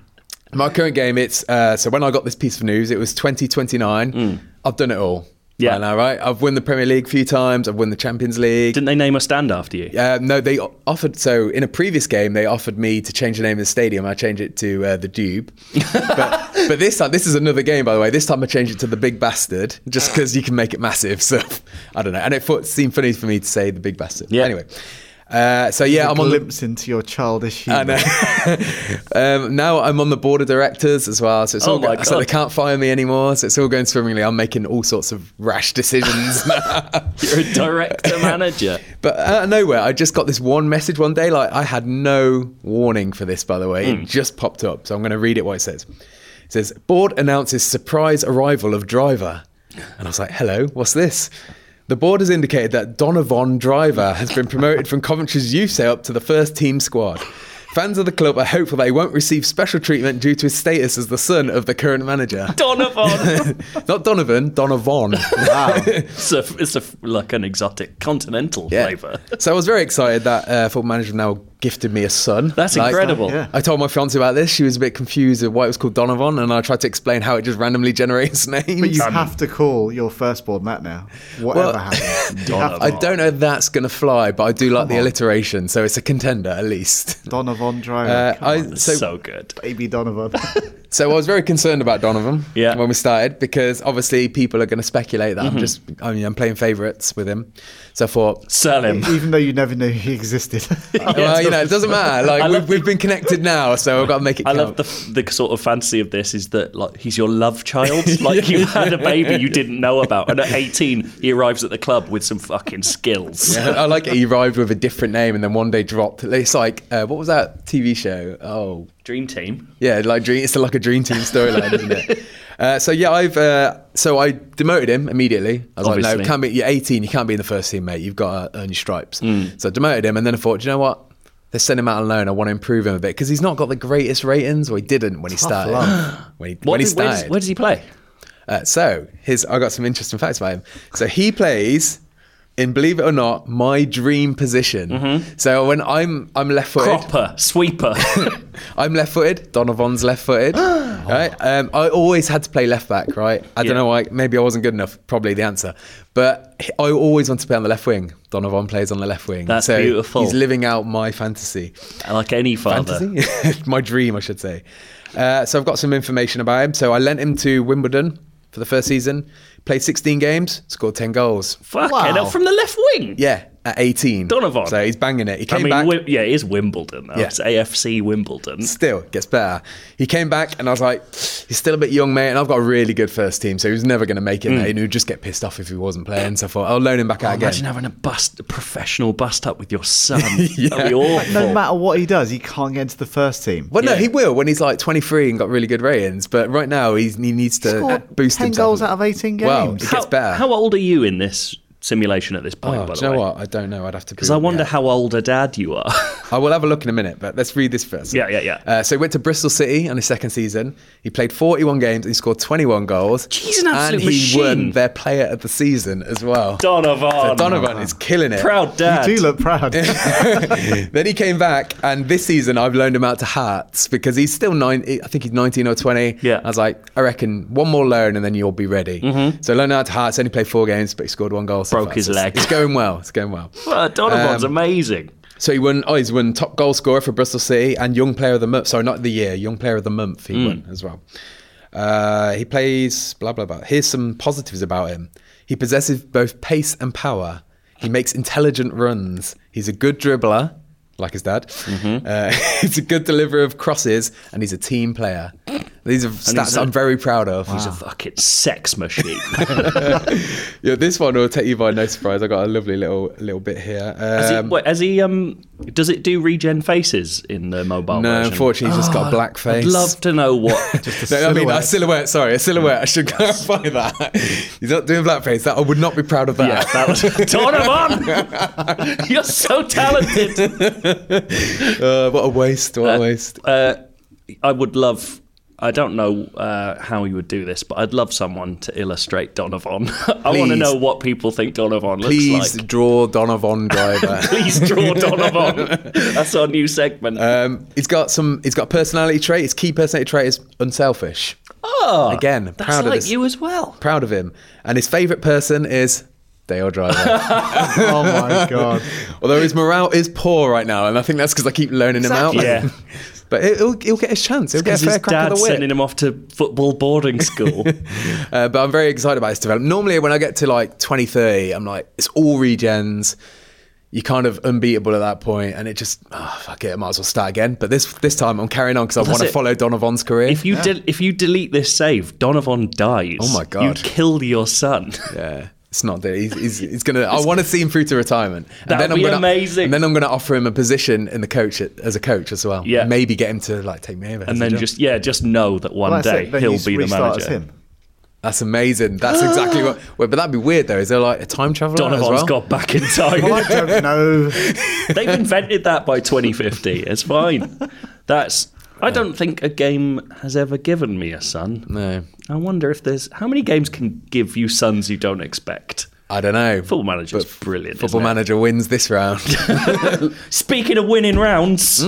Speaker 2: my current game, it's uh, so when I got this piece of news, it was twenty twenty nine. I've done it all.
Speaker 1: Mm. Yeah.
Speaker 2: I know, right? I've won the Premier League a few times. I've won the Champions League.
Speaker 1: Didn't they name a stand after you?
Speaker 2: Uh, no, they o- offered. So in a previous game, they offered me to change the name of the stadium. I changed it to uh, the Dube. but, but this time, this is another game, by the way. This time, I changed it to the Big Bastard, just
Speaker 1: Ah.
Speaker 2: because you can make it massive. So I don't know, and it thought, seemed funny for me to say the Big Bastard.
Speaker 1: Yeah.
Speaker 2: Anyway, uh, so yeah, I'm on the
Speaker 3: glimpse into your childish
Speaker 2: I
Speaker 3: humour.
Speaker 2: know. um, now I'm on the board of directors as well, so it's
Speaker 1: Oh
Speaker 2: all
Speaker 1: my
Speaker 2: go- so
Speaker 1: God.
Speaker 2: they can't fire me anymore. So it's all going swimmingly. I'm making all sorts of rash decisions.
Speaker 1: You're a director manager.
Speaker 2: But out of nowhere, I just got this one message one day. Like, I had no warning for this, by the way. It just popped up. So I'm going to read it what it says. It says, Board announces surprise arrival of driver. And I was like, hello, what's this? The board has indicated that Donovan Driver has been promoted from Coventry's youth sale up to the first team squad. Fans of the club are hopeful that he won't receive special treatment due to his status as the son of the current manager.
Speaker 1: Donovan.
Speaker 2: Not Donovan, Donovan.
Speaker 1: it's a, it's a f- like an exotic continental flavour.
Speaker 2: So I was very excited that uh, Football Manager now gifted me a son.
Speaker 1: That's incredible.
Speaker 3: Yeah.
Speaker 2: I told my fiance about this. She was a bit confused at why it was called Donovan, and I tried to explain how it just randomly generates names.
Speaker 3: But you have to call your firstborn that now. Whatever
Speaker 2: Well-
Speaker 3: happens. You have
Speaker 1: Donovan.
Speaker 2: I
Speaker 3: to-
Speaker 2: don't know if that's going to fly, but I do like the
Speaker 3: on.
Speaker 2: alliteration, so it's a contender at least.
Speaker 3: Donovan Driver.
Speaker 2: Uh,
Speaker 3: Come
Speaker 2: I,
Speaker 3: on,
Speaker 1: So,
Speaker 2: so,
Speaker 1: good.
Speaker 3: baby Donovan.
Speaker 2: so I was very concerned about Donovan
Speaker 1: Yeah. Mm-hmm.
Speaker 2: when we started because obviously people are going to speculate that I'm just I mean I'm playing favourites with him. So I thought
Speaker 1: Sell him.
Speaker 3: E-, Even though you never knew he existed.
Speaker 2: well, you know, it doesn't matter.
Speaker 1: I
Speaker 2: Like
Speaker 1: love
Speaker 2: we've, we've been connected now, so I've got to make it.
Speaker 1: I
Speaker 2: count.
Speaker 1: love the f- the sort of fantasy of this is that like he's your love child. Like you had a baby you didn't know about, and at eighteen he arrives at the club with some fucking skills.
Speaker 2: Yeah, I like it. He arrived with a different name and then one day dropped. It's like, uh, what was that TV show? Oh,
Speaker 1: Dream team.
Speaker 2: yeah, like dream. It's like a dream team storyline, isn't it? Uh, so yeah, I've uh, so I demoted him immediately. I was like,
Speaker 1: Obviously.
Speaker 2: no, can't be. You're 18. You can't be in the first team, mate. You've got to earn your stripes.
Speaker 1: Hmm.
Speaker 2: So I demoted him, and then I thought, Do you know what? Let's send him out on loan. I want to improve him a bit because he's not got the greatest ratings, or he didn't when he started. When he,
Speaker 1: What
Speaker 2: when he
Speaker 1: did- where,
Speaker 2: started.
Speaker 1: does, where does he play?
Speaker 2: Uh, so his, I got some interesting facts about him. So he plays in, believe it or not, my dream position.
Speaker 1: Mm-hmm.
Speaker 2: So when I'm I'm left footed,
Speaker 1: Cropper, sweeper.
Speaker 2: I'm left footed. Donovan's left footed. right. Um, I always had to play left back. Right. I
Speaker 1: Yeah.
Speaker 2: don't know why. Maybe I wasn't good enough. Probably the answer. But he- I always want to play on the left wing. Donovan plays on the left wing.
Speaker 1: That's
Speaker 2: so
Speaker 1: beautiful.
Speaker 2: He's living out my fantasy.
Speaker 1: like any father.
Speaker 2: Fantasy? My dream, I should say. Uh, so I've got some information about him. So I lent him to Wimbledon for the first season. Played 16 games, scored 10 goals.
Speaker 1: Fucking
Speaker 3: Wow.
Speaker 1: hell, from the left wing.
Speaker 2: Yeah, at 18.
Speaker 1: Donovan.
Speaker 2: So he's banging it. He came
Speaker 1: I mean,
Speaker 2: back.
Speaker 1: Wim- yeah, it is Wimbledon. Though.
Speaker 2: Yeah.
Speaker 1: It's AFC Wimbledon.
Speaker 2: Still gets better. He came back and I was like, he's still a bit young, mate. And I've got a really good first team, so he was never going to make it.
Speaker 1: Hmm.
Speaker 2: Mate, and he'd just get pissed off if he wasn't playing. So I thought, I'll loan him back out
Speaker 1: Oh,
Speaker 2: again.
Speaker 1: Imagine having a bust, a professional bust up with your son. That'd be
Speaker 2: Yeah.
Speaker 1: awful.
Speaker 3: no matter what he does, he can't get into the first team.
Speaker 2: Well, no,
Speaker 1: Yeah.
Speaker 2: he will when he's like 23 and got really good ratings. But right now, he's, he needs
Speaker 1: uh,
Speaker 2: to
Speaker 3: Scored
Speaker 2: boost
Speaker 3: 10
Speaker 2: himself.
Speaker 3: goals out of 18
Speaker 2: Wow,
Speaker 3: games.
Speaker 2: it
Speaker 1: how,
Speaker 2: gets better.
Speaker 1: How old are you in this simulation at this point?
Speaker 2: Oh,
Speaker 1: by the
Speaker 2: do you know
Speaker 1: way?
Speaker 2: what? I don't know. I'd have to.
Speaker 1: Because I wonder how old a dad you are.
Speaker 2: I will have a look in a minute, but let's read this first.
Speaker 1: Yeah, yeah, yeah.
Speaker 2: Uh, so he went to Bristol City on his second season. He played 41 games. He scored 21 goals.
Speaker 1: He's an absolute
Speaker 2: and he
Speaker 1: machine.
Speaker 2: won their Player of the Season as well.
Speaker 1: Donovan.
Speaker 2: So Donovan is killing it.
Speaker 1: Proud dad.
Speaker 3: You do look proud.
Speaker 2: then he came back, and this season I've loaned him out to Hearts because he's still nine. I think he's 19 or 20.
Speaker 1: Yeah. Mm-hmm.
Speaker 2: I was like, I reckon one more loan and then you'll be ready. So loaned out to Hearts. Only played four games, but he scored one goal. so
Speaker 1: Broke
Speaker 2: far.
Speaker 1: his
Speaker 2: So it's-
Speaker 1: leg.
Speaker 2: It's going well. It's going well.
Speaker 1: Well, Donovan's
Speaker 2: Um,
Speaker 1: amazing.
Speaker 2: So he won. Oh, he's won top goal scorer for Bristol City and young player of the month. Sorry, not the year. Young player of the month.
Speaker 1: Hmm.
Speaker 2: He won as well. Uh, he plays blah blah blah. Here's some positives about him. He possesses both pace and power. He makes intelligent runs. He's a good dribbler, like his dad.
Speaker 1: Mm-hmm.
Speaker 2: Uh, he's a good deliverer of crosses, and he's a team player. These are stats
Speaker 1: a-
Speaker 2: I'm very proud of.
Speaker 1: He's a fucking sex machine.
Speaker 2: Yeah, this one will take you by no surprise. I got a lovely little little bit here.
Speaker 1: Has he,
Speaker 2: Um,
Speaker 1: wait, has he, um, does it do regen faces in the mobile
Speaker 2: no,
Speaker 1: version? Oh,
Speaker 2: unfortunately, he's just got a black
Speaker 1: I'd
Speaker 2: face.
Speaker 1: love to know what.
Speaker 2: No, I mean a
Speaker 3: silhouette.
Speaker 2: silhouette. Sorry, a silhouette. I should clarify that. He's not doing blackface. That I would not be proud of
Speaker 1: yeah,
Speaker 2: that.
Speaker 1: that was Donovan. You're so talented.
Speaker 2: Uh, what a waste! What a waste!
Speaker 1: Uh, I would love. I don't know uh, how you would do this, but I'd love someone to illustrate Donovan. I want to
Speaker 2: Please.
Speaker 1: know what people think Donovan looks
Speaker 2: Please
Speaker 1: like.
Speaker 2: draw Donovan Driver.
Speaker 1: Please draw Donovan. That's our new segment.
Speaker 2: Uh, Um, he's got some. He's got a personality trait. His key personality trait is unselfish.
Speaker 1: Oh,
Speaker 2: Again,
Speaker 1: that's
Speaker 2: proud of
Speaker 1: like
Speaker 2: this.
Speaker 1: you as well.
Speaker 2: Proud of him. And his favourite person is Dale Driver.
Speaker 3: oh my god.
Speaker 2: Although his morale is poor right now, and I think that's because I keep loaning
Speaker 1: Exactly.
Speaker 2: him out.
Speaker 1: Yeah.
Speaker 2: but he'll, he'll get his chance. He'll
Speaker 1: Because
Speaker 2: get a fair
Speaker 1: his
Speaker 2: crack
Speaker 1: dad
Speaker 2: of the whip.
Speaker 1: sending him off to football boarding school.
Speaker 2: Uh, but I'm very excited about this development. Normally, when I get to like 2030, I'm like, it's all regens. You're kind of unbeatable at that point, and it just, oh, fuck it, I might as well start again. But this this time, I'm carrying on because I
Speaker 1: that's
Speaker 2: want to
Speaker 1: it.
Speaker 2: follow Donovan's career.
Speaker 1: if you del if you delete this save, Donovan dies.
Speaker 2: Oh my
Speaker 1: You
Speaker 2: God.
Speaker 1: killed your son.
Speaker 2: yeah, it's not that he's, he's, he's gonna. I want to see him through to retirement. And
Speaker 1: That would
Speaker 2: I'm
Speaker 1: be
Speaker 2: gonna,
Speaker 1: amazing.
Speaker 2: And then I'm gonna offer him a position in the coach as a coach as well.
Speaker 1: Yeah.
Speaker 2: maybe get him to like take me over. as
Speaker 1: and
Speaker 2: a
Speaker 1: then
Speaker 2: job.
Speaker 1: just yeah, just know that one
Speaker 3: Well, that's
Speaker 1: day
Speaker 3: it. Then
Speaker 1: he'll
Speaker 3: you
Speaker 1: be the
Speaker 3: restart as
Speaker 1: manager.
Speaker 3: Him.
Speaker 2: that's amazing. That's exactly what. Wait, but that'd be weird though. Is there like a time traveler?
Speaker 1: Donovan's
Speaker 2: as well?
Speaker 1: got back in
Speaker 3: Well, I
Speaker 1: time.
Speaker 3: don't know. Oh,
Speaker 1: They've invented that by 2050. It's fine. That's. I don't think a game has ever given me a son.
Speaker 2: No,
Speaker 1: I wonder if there's how many games can give you sons you don't expect.
Speaker 2: I don't know.
Speaker 1: Football Manager's brilliant.
Speaker 2: Football
Speaker 1: isn't it?
Speaker 2: manager wins this round.
Speaker 1: Speaking of winning rounds,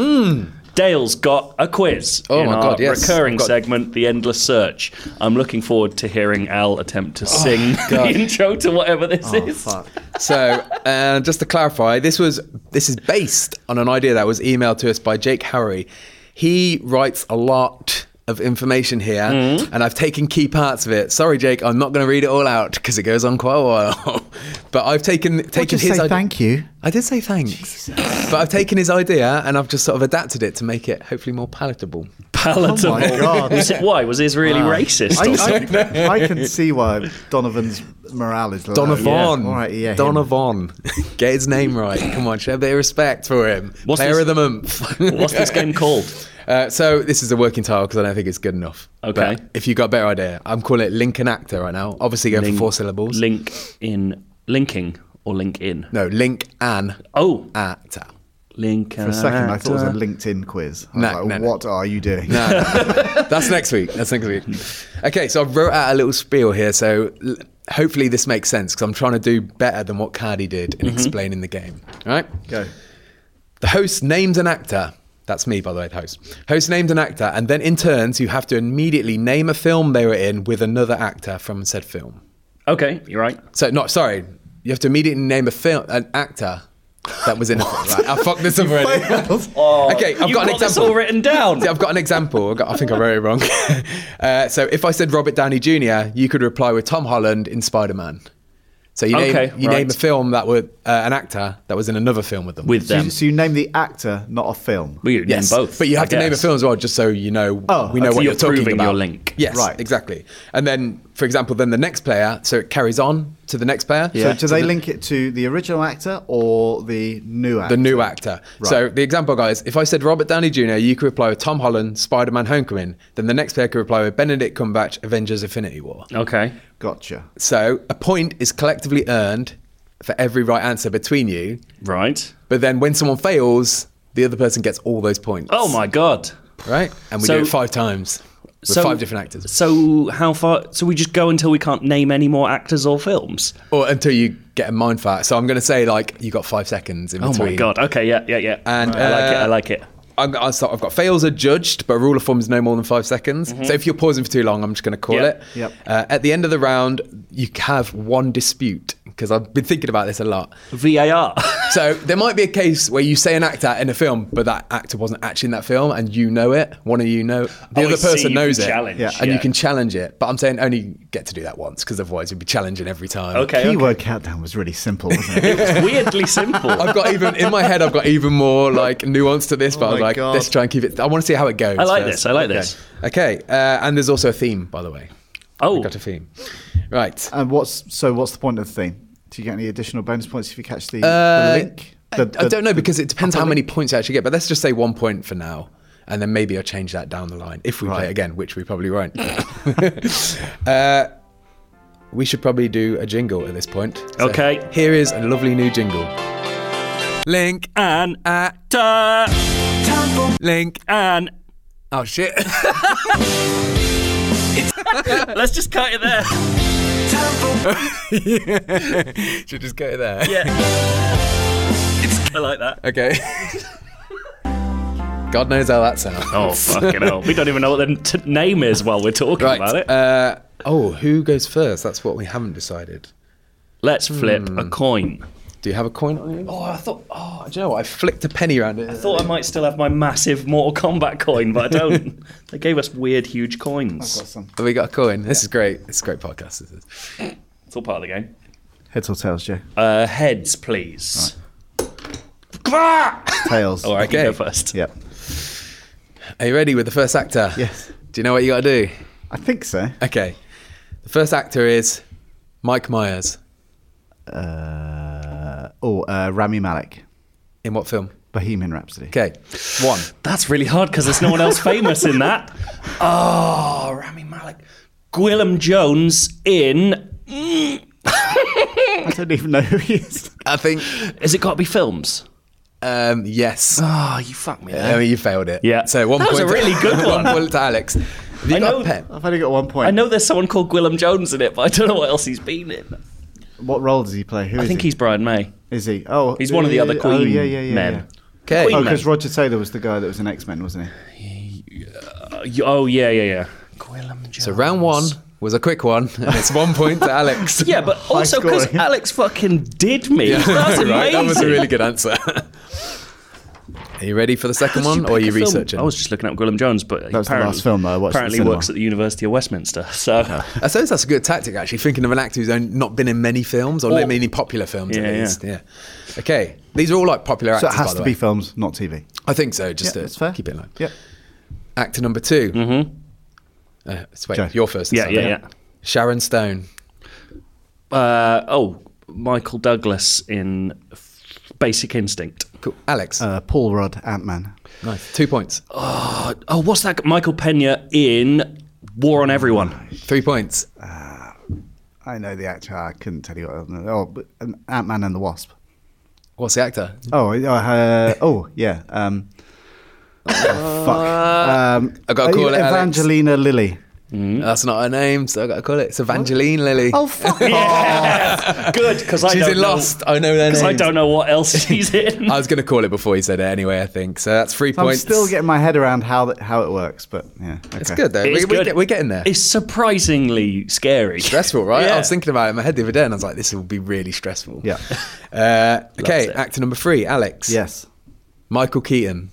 Speaker 1: Dale's got a quiz
Speaker 2: Hmm. Oh
Speaker 1: in
Speaker 2: my
Speaker 1: our
Speaker 2: God, yes.
Speaker 1: recurring
Speaker 2: I've got-
Speaker 1: segment, The Endless Search. I'm looking forward to hearing Al attempt to sing the
Speaker 2: Oh, God. Oh,
Speaker 1: intro to whatever this is.
Speaker 3: Fuck.
Speaker 2: so, uh, just to clarify, this was this is based on an idea that was emailed to us by Jake Harry. He writes a lot of information here,
Speaker 1: Mm-hmm.
Speaker 2: and I've taken key parts of it. Sorry, Jake, I'm not going to read it all out because it goes on quite a while. but I've taken
Speaker 3: Well,
Speaker 2: taken
Speaker 3: just
Speaker 2: his
Speaker 3: say
Speaker 2: ide-
Speaker 3: thank you.
Speaker 2: I did say thanks, but I've taken his idea and I've just sort of adapted it to make it hopefully more palatable.
Speaker 1: Palatable.
Speaker 3: Oh my God.
Speaker 1: Was it- why? Was Israeli
Speaker 2: Ah.
Speaker 3: Wow.
Speaker 1: racist? or something?
Speaker 3: I, I, I can see why Donovan's morale is low.
Speaker 2: Donovan,
Speaker 3: All right, uh, yeah. him.
Speaker 2: Donovan, get his name right. Come on, show a bit of respect for him.
Speaker 1: What's
Speaker 2: Player
Speaker 1: this-
Speaker 2: of the month.
Speaker 1: What's this game called?
Speaker 2: Uh, so this is a working title because I don't think it's good enough.
Speaker 1: Okay.
Speaker 2: But if you got a better idea, I'm calling it Lincoln Actor right now. Obviously, going
Speaker 1: Link-
Speaker 2: for four syllables.
Speaker 1: Link in linking or link in?
Speaker 2: no, Link an
Speaker 1: Oh,
Speaker 2: actor.
Speaker 1: link.
Speaker 3: For a second, I thought it
Speaker 1: Uh,
Speaker 3: was a LinkedIn quiz. I was
Speaker 2: No,
Speaker 3: like,
Speaker 2: no, no.
Speaker 3: what are you doing?
Speaker 2: No, no. that's next week. That's next week. Okay, so I wrote out a little spiel here. So l- hopefully this makes sense because I'm trying to do better than what Cardi did
Speaker 1: Mm-hmm.
Speaker 2: in explaining the game. All right.
Speaker 3: Go.
Speaker 2: The host names an actor. That's me, by the way, the host. Host names an actor, and then in turns, you have to immediately name a film they were in with another actor from said film.
Speaker 1: Okay, you're right.
Speaker 2: So, no, sorry. You have to immediately name a film, an actor that was in. Right, I fucked this up already. okay, I've
Speaker 1: You've
Speaker 2: got an
Speaker 1: Oh, this
Speaker 2: example.
Speaker 1: all written down.
Speaker 2: See, I've got an example. I've got- I think I wrote it wrong. uh, so, if I said Robert Downey Jr., you could reply with Tom Holland in Spider Man. So you name
Speaker 1: Okay,
Speaker 2: you
Speaker 1: right.
Speaker 2: name a film that were uh, an actor that was in another film with them.
Speaker 1: With
Speaker 3: So
Speaker 1: them,
Speaker 3: you, so you name the actor, not a film.
Speaker 1: we name
Speaker 2: Yes,
Speaker 1: both.
Speaker 2: But you have
Speaker 1: I
Speaker 2: to name a
Speaker 1: guess.
Speaker 2: film as well, just so you know.
Speaker 3: Oh,
Speaker 2: we know
Speaker 3: okay.
Speaker 2: what
Speaker 1: You're
Speaker 2: you're, talking
Speaker 1: proving
Speaker 2: about.
Speaker 1: your link.
Speaker 2: Yes,
Speaker 3: Right.
Speaker 2: exactly. And then, for example, then the next player, so it carries on to the next player.
Speaker 3: So do they link it to the original actor or the new actor?
Speaker 2: The new actor. So the example, guys, if I said Robert Downey Jr., you could reply with Tom Holland, Spider-Man: Homecoming. Then the next player could reply with Benedict Cumberbatch, Avengers: Infinity War.
Speaker 1: Okay.
Speaker 3: Gotcha.
Speaker 2: So a point is collectively earned for every right answer between you.
Speaker 1: Right.
Speaker 2: But then when someone fails, the other person gets all those points.
Speaker 1: Oh my god.
Speaker 2: Right, and we
Speaker 1: So-
Speaker 2: do it five times with five different actors.
Speaker 1: So how far? So we just go until we can't name any more actors or films.
Speaker 2: Or until you get a mind fart. So I'm going to say like you got five seconds in
Speaker 1: Oh
Speaker 2: between.
Speaker 1: my god. Okay. Yeah. Yeah. Yeah.
Speaker 2: And,
Speaker 1: I like it.
Speaker 2: uh,
Speaker 1: I like it.
Speaker 2: I'm, I start, I've got fails are judged, but rule of thumb is no more than five seconds. So if you're pausing for too long, I'm just going to call
Speaker 1: Mm-hmm. Yep.
Speaker 2: it.
Speaker 3: Yep.
Speaker 2: Uh, at the end of the round, you have one dispute because I've been thinking about this a lot.
Speaker 1: VAR.
Speaker 2: So there might be a case where you say an actor in a film, but that actor wasn't actually in that film, and you know it. One of you know, the
Speaker 1: Oh, I
Speaker 2: other
Speaker 1: see,
Speaker 2: person
Speaker 1: you can
Speaker 2: knows it,
Speaker 1: challenge,
Speaker 2: and
Speaker 1: Yeah. yeah.
Speaker 2: you can challenge it. But I'm saying only get to do that once because otherwise you'd be challenging every time.
Speaker 1: okay. okay.
Speaker 3: Keyword countdown was really simple, wasn't it?
Speaker 1: It's weirdly simple.
Speaker 2: I've got even in my head. I've got even more like nuance to this, but
Speaker 3: Oh
Speaker 2: I'm
Speaker 3: my
Speaker 2: like,
Speaker 3: God.
Speaker 2: let's try and keep it. I want to see how it goes.
Speaker 1: I like
Speaker 2: first.
Speaker 1: this. I like this.
Speaker 2: Okay, uh, and there's also a theme, by the way.
Speaker 1: Oh.
Speaker 2: I got a theme. Right.
Speaker 3: and what's so? What's the point of the theme? Do you get any additional bonus points if you catch the, the
Speaker 2: Uh,
Speaker 3: link?
Speaker 2: I-
Speaker 3: The-
Speaker 2: I
Speaker 3: the-
Speaker 2: don't know because it depends how
Speaker 3: upper
Speaker 2: many points you actually get. But let's just say one point for now, and then maybe I'll change that down the line if we play
Speaker 3: Right.
Speaker 2: it again, which we probably won't. uh, we should probably do a jingle at this point. So
Speaker 1: Okay.
Speaker 2: Here is a lovely new jingle. Link
Speaker 1: An
Speaker 2: at
Speaker 1: actor.
Speaker 2: link.
Speaker 1: An.
Speaker 2: Oh shit.
Speaker 1: Let's just cut it there.
Speaker 2: should just go there.
Speaker 1: Yeah. I like that.
Speaker 2: Okay. God knows how that sounds.
Speaker 1: Oh, fucking hell. We don't even know what the t- name is while we're talking
Speaker 2: right.
Speaker 1: about it.
Speaker 2: Uh, oh, who goes first? That's what we haven't decided.
Speaker 1: Let's flip a coin.
Speaker 2: Do you have a coin on you?
Speaker 1: Oh, I thought, oh,
Speaker 2: do you know what? I flicked a penny around it.
Speaker 1: I thought I might still have my massive Mortal Kombat coin, but I don't. they gave us weird, huge coins.
Speaker 3: Awesome.
Speaker 2: Have we got a coin? This is great. It's a great podcast. This is.
Speaker 1: It's all part of the game.
Speaker 3: Heads or tails, Joe?
Speaker 1: Uh, heads, please.
Speaker 3: Tails.
Speaker 1: All right, you
Speaker 2: Okay.
Speaker 1: go first.
Speaker 3: Yep.
Speaker 2: Are you ready with the first actor?
Speaker 3: Yes.
Speaker 2: Do you know what you got to do?
Speaker 3: I think so.
Speaker 2: Okay. The first actor is Mike Myers.
Speaker 3: Uh, oh, uh, Rami Malek,
Speaker 2: In what film?
Speaker 3: Bohemian Rhapsody.
Speaker 2: Okay. One.
Speaker 1: That's really hard because there's no one else famous in that. Oh, Rami Malik. Gwillem Jones in.
Speaker 3: I don't even know who he is.
Speaker 2: I think.
Speaker 1: Has it got to be films?
Speaker 2: Um, yes.
Speaker 1: Oh, you fuck me.
Speaker 2: I
Speaker 1: there.
Speaker 2: mean, you failed it.
Speaker 1: Yeah.
Speaker 2: So one
Speaker 1: That was
Speaker 2: point.
Speaker 1: a really good one.
Speaker 2: one point to Alex. Have you
Speaker 1: I
Speaker 2: got
Speaker 1: know-
Speaker 2: a pen?
Speaker 3: I've only got one point.
Speaker 1: I know there's someone called Gwillem Jones in it, but I don't know what else he's been in.
Speaker 3: What role does he play? Who is
Speaker 1: I think
Speaker 3: he?
Speaker 1: he's Brian May.
Speaker 3: Is he? Oh,
Speaker 1: He's one of the other
Speaker 3: Oh,
Speaker 1: Queen
Speaker 3: yeah, yeah, yeah,
Speaker 1: men.
Speaker 3: yeah.
Speaker 2: Okay.
Speaker 1: Queen
Speaker 3: Oh,
Speaker 1: men.
Speaker 3: because Roger Taylor was the guy that was in X Men, wasn't he?
Speaker 1: Uh, y- Oh, yeah, yeah, yeah. Gwillem Jones.
Speaker 2: So round one was a quick one, and it's one point to Alex.
Speaker 1: Yeah, but also because
Speaker 3: scoring.
Speaker 1: Alex fucking did me. That was amazing.
Speaker 2: Right, that was a really good answer. Are you ready for the second
Speaker 1: Did you
Speaker 2: one, or are
Speaker 1: pick a
Speaker 2: you
Speaker 1: film?
Speaker 2: researching?
Speaker 1: I was just looking up Gwillem Jones, but
Speaker 3: That was the
Speaker 1: apparently,
Speaker 3: last film that I watched at the
Speaker 1: apparently
Speaker 3: cinema.
Speaker 1: works at the University of Westminster. So
Speaker 2: I suppose that's a good tactic, actually, thinking of an actor who's only not been in many films, or
Speaker 1: Or-
Speaker 2: many popular films
Speaker 1: Oh. Yeah,
Speaker 2: at
Speaker 1: yeah.
Speaker 2: least. Yeah. Okay. These are all like popular
Speaker 3: So
Speaker 2: actors,
Speaker 3: it has
Speaker 2: by the
Speaker 3: to
Speaker 2: way.
Speaker 3: be films, not TV.
Speaker 2: I think so, just
Speaker 3: Yeah,
Speaker 2: to
Speaker 3: that's fair.
Speaker 2: keep it in line.
Speaker 3: Yep.
Speaker 2: Actor number 2 Mm-hmm. Uh, so wait,
Speaker 3: Joe.
Speaker 2: your first.
Speaker 1: yeah,
Speaker 2: this
Speaker 1: yeah,
Speaker 2: time.
Speaker 1: yeah.
Speaker 2: Sharon Stone.
Speaker 1: Uh, oh, Michael Douglas in F- Basic Instinct.
Speaker 2: Cool. Alex.
Speaker 3: Uh, Paul Rudd, Ant Man.
Speaker 2: nice. Two points.
Speaker 1: Oh, what's that? g- Michael Pena in War on Everyone.
Speaker 2: Three points.
Speaker 3: I know the actor. I couldn't tell you what. Oh, but, um, Ant Man and the Wasp.
Speaker 2: What's the actor?
Speaker 3: Oh, uh, oh yeah. Um, oh, fuck. Um,
Speaker 2: I gotta call it, Alex.
Speaker 3: Evangelina Lilly.
Speaker 1: Hmm?
Speaker 2: That's not her name, so i got to call it. It's Evangeline Lilly.
Speaker 3: Oh fuck!
Speaker 1: Yeah. Good, because I
Speaker 2: She's
Speaker 1: don't
Speaker 2: in Uh,
Speaker 1: know,
Speaker 2: Lost. I know their
Speaker 1: 'cause
Speaker 2: name.
Speaker 1: I don't know what else she's in.
Speaker 2: I was going to call it before he said it anyway, I think. So that's three
Speaker 3: I'm
Speaker 2: points.
Speaker 3: still getting my head around how that, how it works, but yeah, okay.
Speaker 2: It's good, though.
Speaker 1: It
Speaker 2: We,
Speaker 1: is
Speaker 2: we
Speaker 1: good.
Speaker 2: get, we're getting there.
Speaker 1: It's surprisingly scary.
Speaker 2: stressful, right?
Speaker 1: Yeah.
Speaker 2: I was thinking about it in my head the other day, and I was like, this will be really stressful.
Speaker 3: Yeah.
Speaker 2: Uh, okay,
Speaker 1: it.
Speaker 2: actor number three, Alex.
Speaker 3: Yes.
Speaker 2: Michael Keaton.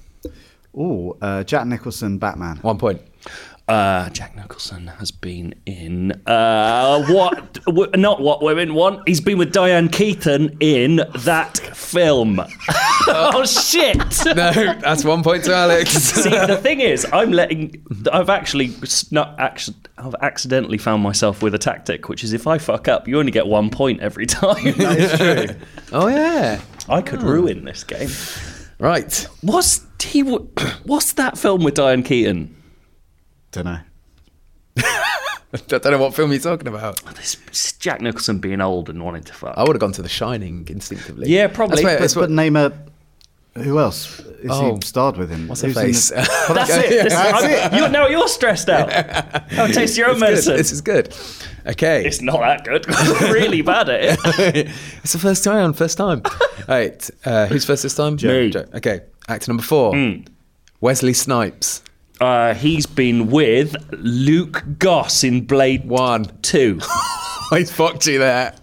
Speaker 3: Oh, uh, Jack Nicholson, Batman.
Speaker 2: One point.
Speaker 1: Uh, Jack Nicholson has been in uh, what? w- not what women want. He's been with Diane Keaton in that film. oh shit!
Speaker 2: No, that's one point to Alex.
Speaker 1: See, the thing is, I'm letting. I've actually s- not actually. I've accidentally found myself with a tactic, which is if I fuck up, you only get one point every time.
Speaker 2: oh, yeah.
Speaker 1: I could ruin this game.
Speaker 2: Right.
Speaker 1: What's he? w- What's that film with Diane Keaton?
Speaker 3: Don't know.
Speaker 2: I don't know what film you're talking about.
Speaker 1: This it's Jack Nicholson being old and wanting to fuck.
Speaker 2: I would have gone to The Shining instinctively.
Speaker 1: Yeah, probably,
Speaker 2: That's where-
Speaker 1: but-
Speaker 2: that's
Speaker 3: But,
Speaker 2: what-
Speaker 3: name a. Who else is
Speaker 2: Oh.
Speaker 3: he starred with him?
Speaker 2: what's her face?
Speaker 1: That's it. This-
Speaker 3: That's
Speaker 1: I'm- You're, now you're stressed out. Now taste your own
Speaker 2: It's
Speaker 1: medicine.
Speaker 2: good. This is good. Okay.
Speaker 1: It's not that good. I'm really bad at it.
Speaker 2: it's the first time round, first time. All right. Uh, who's first this time?
Speaker 1: Me.
Speaker 2: Okay. Actor number four.
Speaker 1: Hmm.
Speaker 2: Wesley Snipes.
Speaker 1: Uh, he's been with Luke Goss in Blade
Speaker 2: One.
Speaker 1: 2.
Speaker 2: I fucked you there.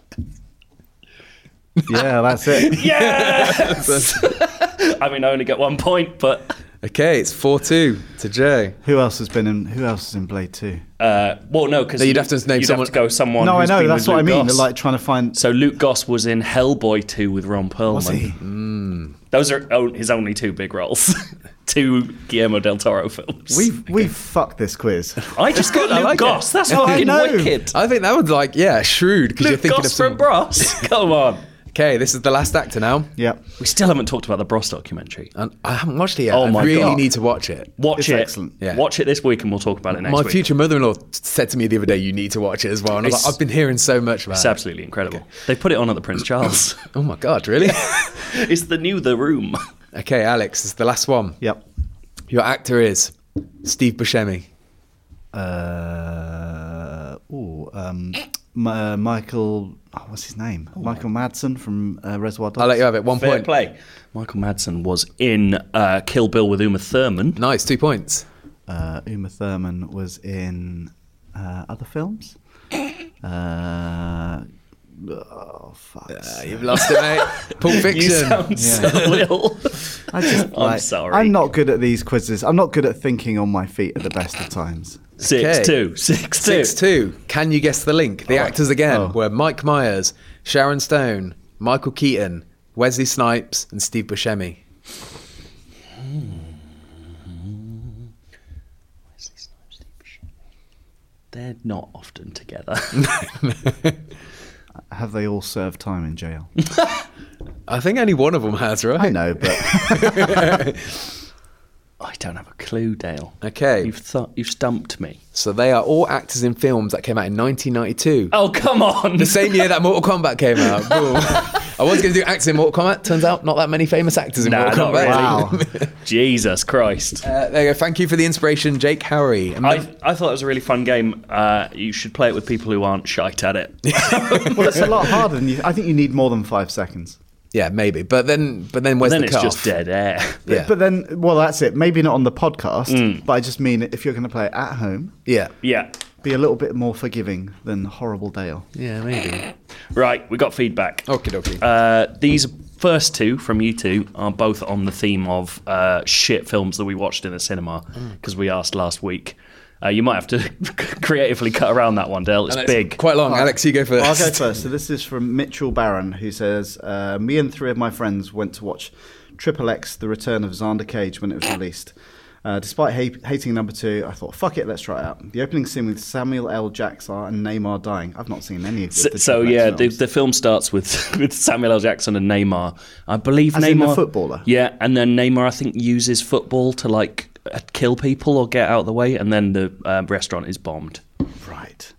Speaker 3: yeah, that's it.
Speaker 1: Yes! I mean, I only get one point, but
Speaker 2: Okay, it's 4 2 to Joe.
Speaker 3: Who else has been in? Who else is in Blade Two?
Speaker 1: uh, well, no, because
Speaker 2: No, you'd have to name someone-
Speaker 1: go someone.
Speaker 3: no, I
Speaker 1: who's
Speaker 3: know.
Speaker 1: been with
Speaker 3: That's what I
Speaker 1: Luke
Speaker 3: mean. They're
Speaker 1: Goss.
Speaker 3: like trying to find.
Speaker 1: so Luke Goss was in Hellboy 2 with Ron Perlman.
Speaker 3: was he?
Speaker 1: Those are o- his only two big roles. two Guillermo del Toro films.
Speaker 3: We've we've fucked this quiz.
Speaker 1: I just got
Speaker 2: I
Speaker 1: Luke
Speaker 2: like it.
Speaker 1: Goss. That's
Speaker 3: I
Speaker 1: fucking
Speaker 3: know.
Speaker 1: wicked.
Speaker 2: I think that would like, yeah, shrewd because you're
Speaker 1: Luke
Speaker 2: thinking
Speaker 1: Goss
Speaker 2: of some.
Speaker 1: from Bros. Come on.
Speaker 2: okay, this is the last actor now.
Speaker 3: Yep.
Speaker 1: We still haven't talked about the Bros documentary.
Speaker 2: And I haven't watched it yet.
Speaker 1: Oh
Speaker 2: I
Speaker 1: my
Speaker 2: really
Speaker 1: God.
Speaker 2: need to watch it.
Speaker 1: Watch
Speaker 3: It's
Speaker 1: it.
Speaker 3: excellent.
Speaker 2: Yeah.
Speaker 1: Watch it this week, and we'll talk about it next
Speaker 2: my
Speaker 1: week.
Speaker 2: future mother in law said to me the other day, you need to watch it as well. And I was
Speaker 1: It's-
Speaker 2: like, I've been hearing so much about
Speaker 1: It's
Speaker 2: it.
Speaker 1: absolutely incredible. They put it on at the Prince Charles.
Speaker 2: Oh my God, really?
Speaker 1: it's the new The Room.
Speaker 2: okay, Alex, this is the last one.
Speaker 3: Yep.
Speaker 2: Your actor is Steve Buscemi.
Speaker 3: Uh, oh, um, M- uh, Michael, oh, what's his name? Michael Madsen from uh, Reservoir Dogs.
Speaker 2: I'll let you have it. One
Speaker 1: Fair
Speaker 2: point.
Speaker 1: play. Michael Madsen was in uh, Kill Bill with Uma Thurman.
Speaker 2: Nice. Two points.
Speaker 3: Uh, Uma Thurman was in uh, other films. Uh, oh fuck!
Speaker 2: Uh, you've lost it, mate. Pulp Fiction.
Speaker 1: You sound so ill.
Speaker 3: I just,
Speaker 1: I'm
Speaker 3: like,
Speaker 1: sorry.
Speaker 3: I'm not good at these quizzes. I'm not good at thinking on my feet at the best of times.
Speaker 1: Six
Speaker 2: Okay.
Speaker 1: two, six two.
Speaker 2: Six two. Can you guess the link? The actors again
Speaker 3: Oh.
Speaker 2: were Mike Myers, Sharon Stone, Michael Keaton, Wesley Snipes, and Steve Buscemi.
Speaker 1: They're not often together.
Speaker 3: Have they all served time in jail?
Speaker 2: I think only one of them has, right?
Speaker 3: I know, but
Speaker 1: I don't have a clue, Dale.
Speaker 2: Okay.
Speaker 1: You've th- you've stumped me.
Speaker 2: So they are all actors in films that came out in 1992.
Speaker 1: Oh come on.
Speaker 2: The same year that Mortal Kombat came out. Boom. I was going to do actors in Mortal Kombat. Turns out not that many famous actors in
Speaker 1: Nah,
Speaker 2: Mortal
Speaker 1: not
Speaker 2: Kombat.
Speaker 1: really.
Speaker 3: wow.
Speaker 1: Jesus Christ.
Speaker 2: Uh, there you go. Thank you for the inspiration, Jake Howery. And
Speaker 1: I, I thought it was a really fun game. Uh, you should play it with people who aren't shite at it.
Speaker 3: well, it's a lot harder than you. I think you need more than five seconds.
Speaker 2: yeah, maybe. But then, but then, where's
Speaker 1: then
Speaker 2: the
Speaker 1: it's
Speaker 2: cuff?
Speaker 1: just dead air.
Speaker 2: Yeah.
Speaker 3: But then, well, that's it. Maybe not on the podcast,
Speaker 1: Mm.
Speaker 3: but I just mean if you're going to play it at home,
Speaker 2: yeah.
Speaker 1: yeah.
Speaker 3: be a little bit more forgiving than horrible Dale.
Speaker 2: Yeah, maybe.
Speaker 1: Right, we got feedback.
Speaker 2: Okie dokie.
Speaker 1: Uh, these first two from you two are both on the theme of uh, shit films that we watched in the cinema
Speaker 3: Mm.
Speaker 1: because we asked last week. Uh, you might have to creatively cut around that one, Dale. It's
Speaker 2: And
Speaker 1: big.
Speaker 2: Quite long. Alex, you go first.
Speaker 3: I'll go first. So this is from Mitchell Barron, who says, uh, "Me and three of my friends went to watch Triple X: The Return of Xander Cage when it was released. Uh, despite ha- hating number two, I thought, fuck it, let's try it out. The opening scene with Samuel L. Jackson and Neymar dying. I've not seen any of this.
Speaker 1: so, so, yeah, the, the film starts with, with Samuel L. Jackson and Neymar. I believe
Speaker 3: As
Speaker 1: Neymar,
Speaker 3: in the footballer?
Speaker 1: Yeah, and then Neymar, I think, uses football to like uh, kill people or get out of the way, and then the um, restaurant is bombed.
Speaker 3: Right.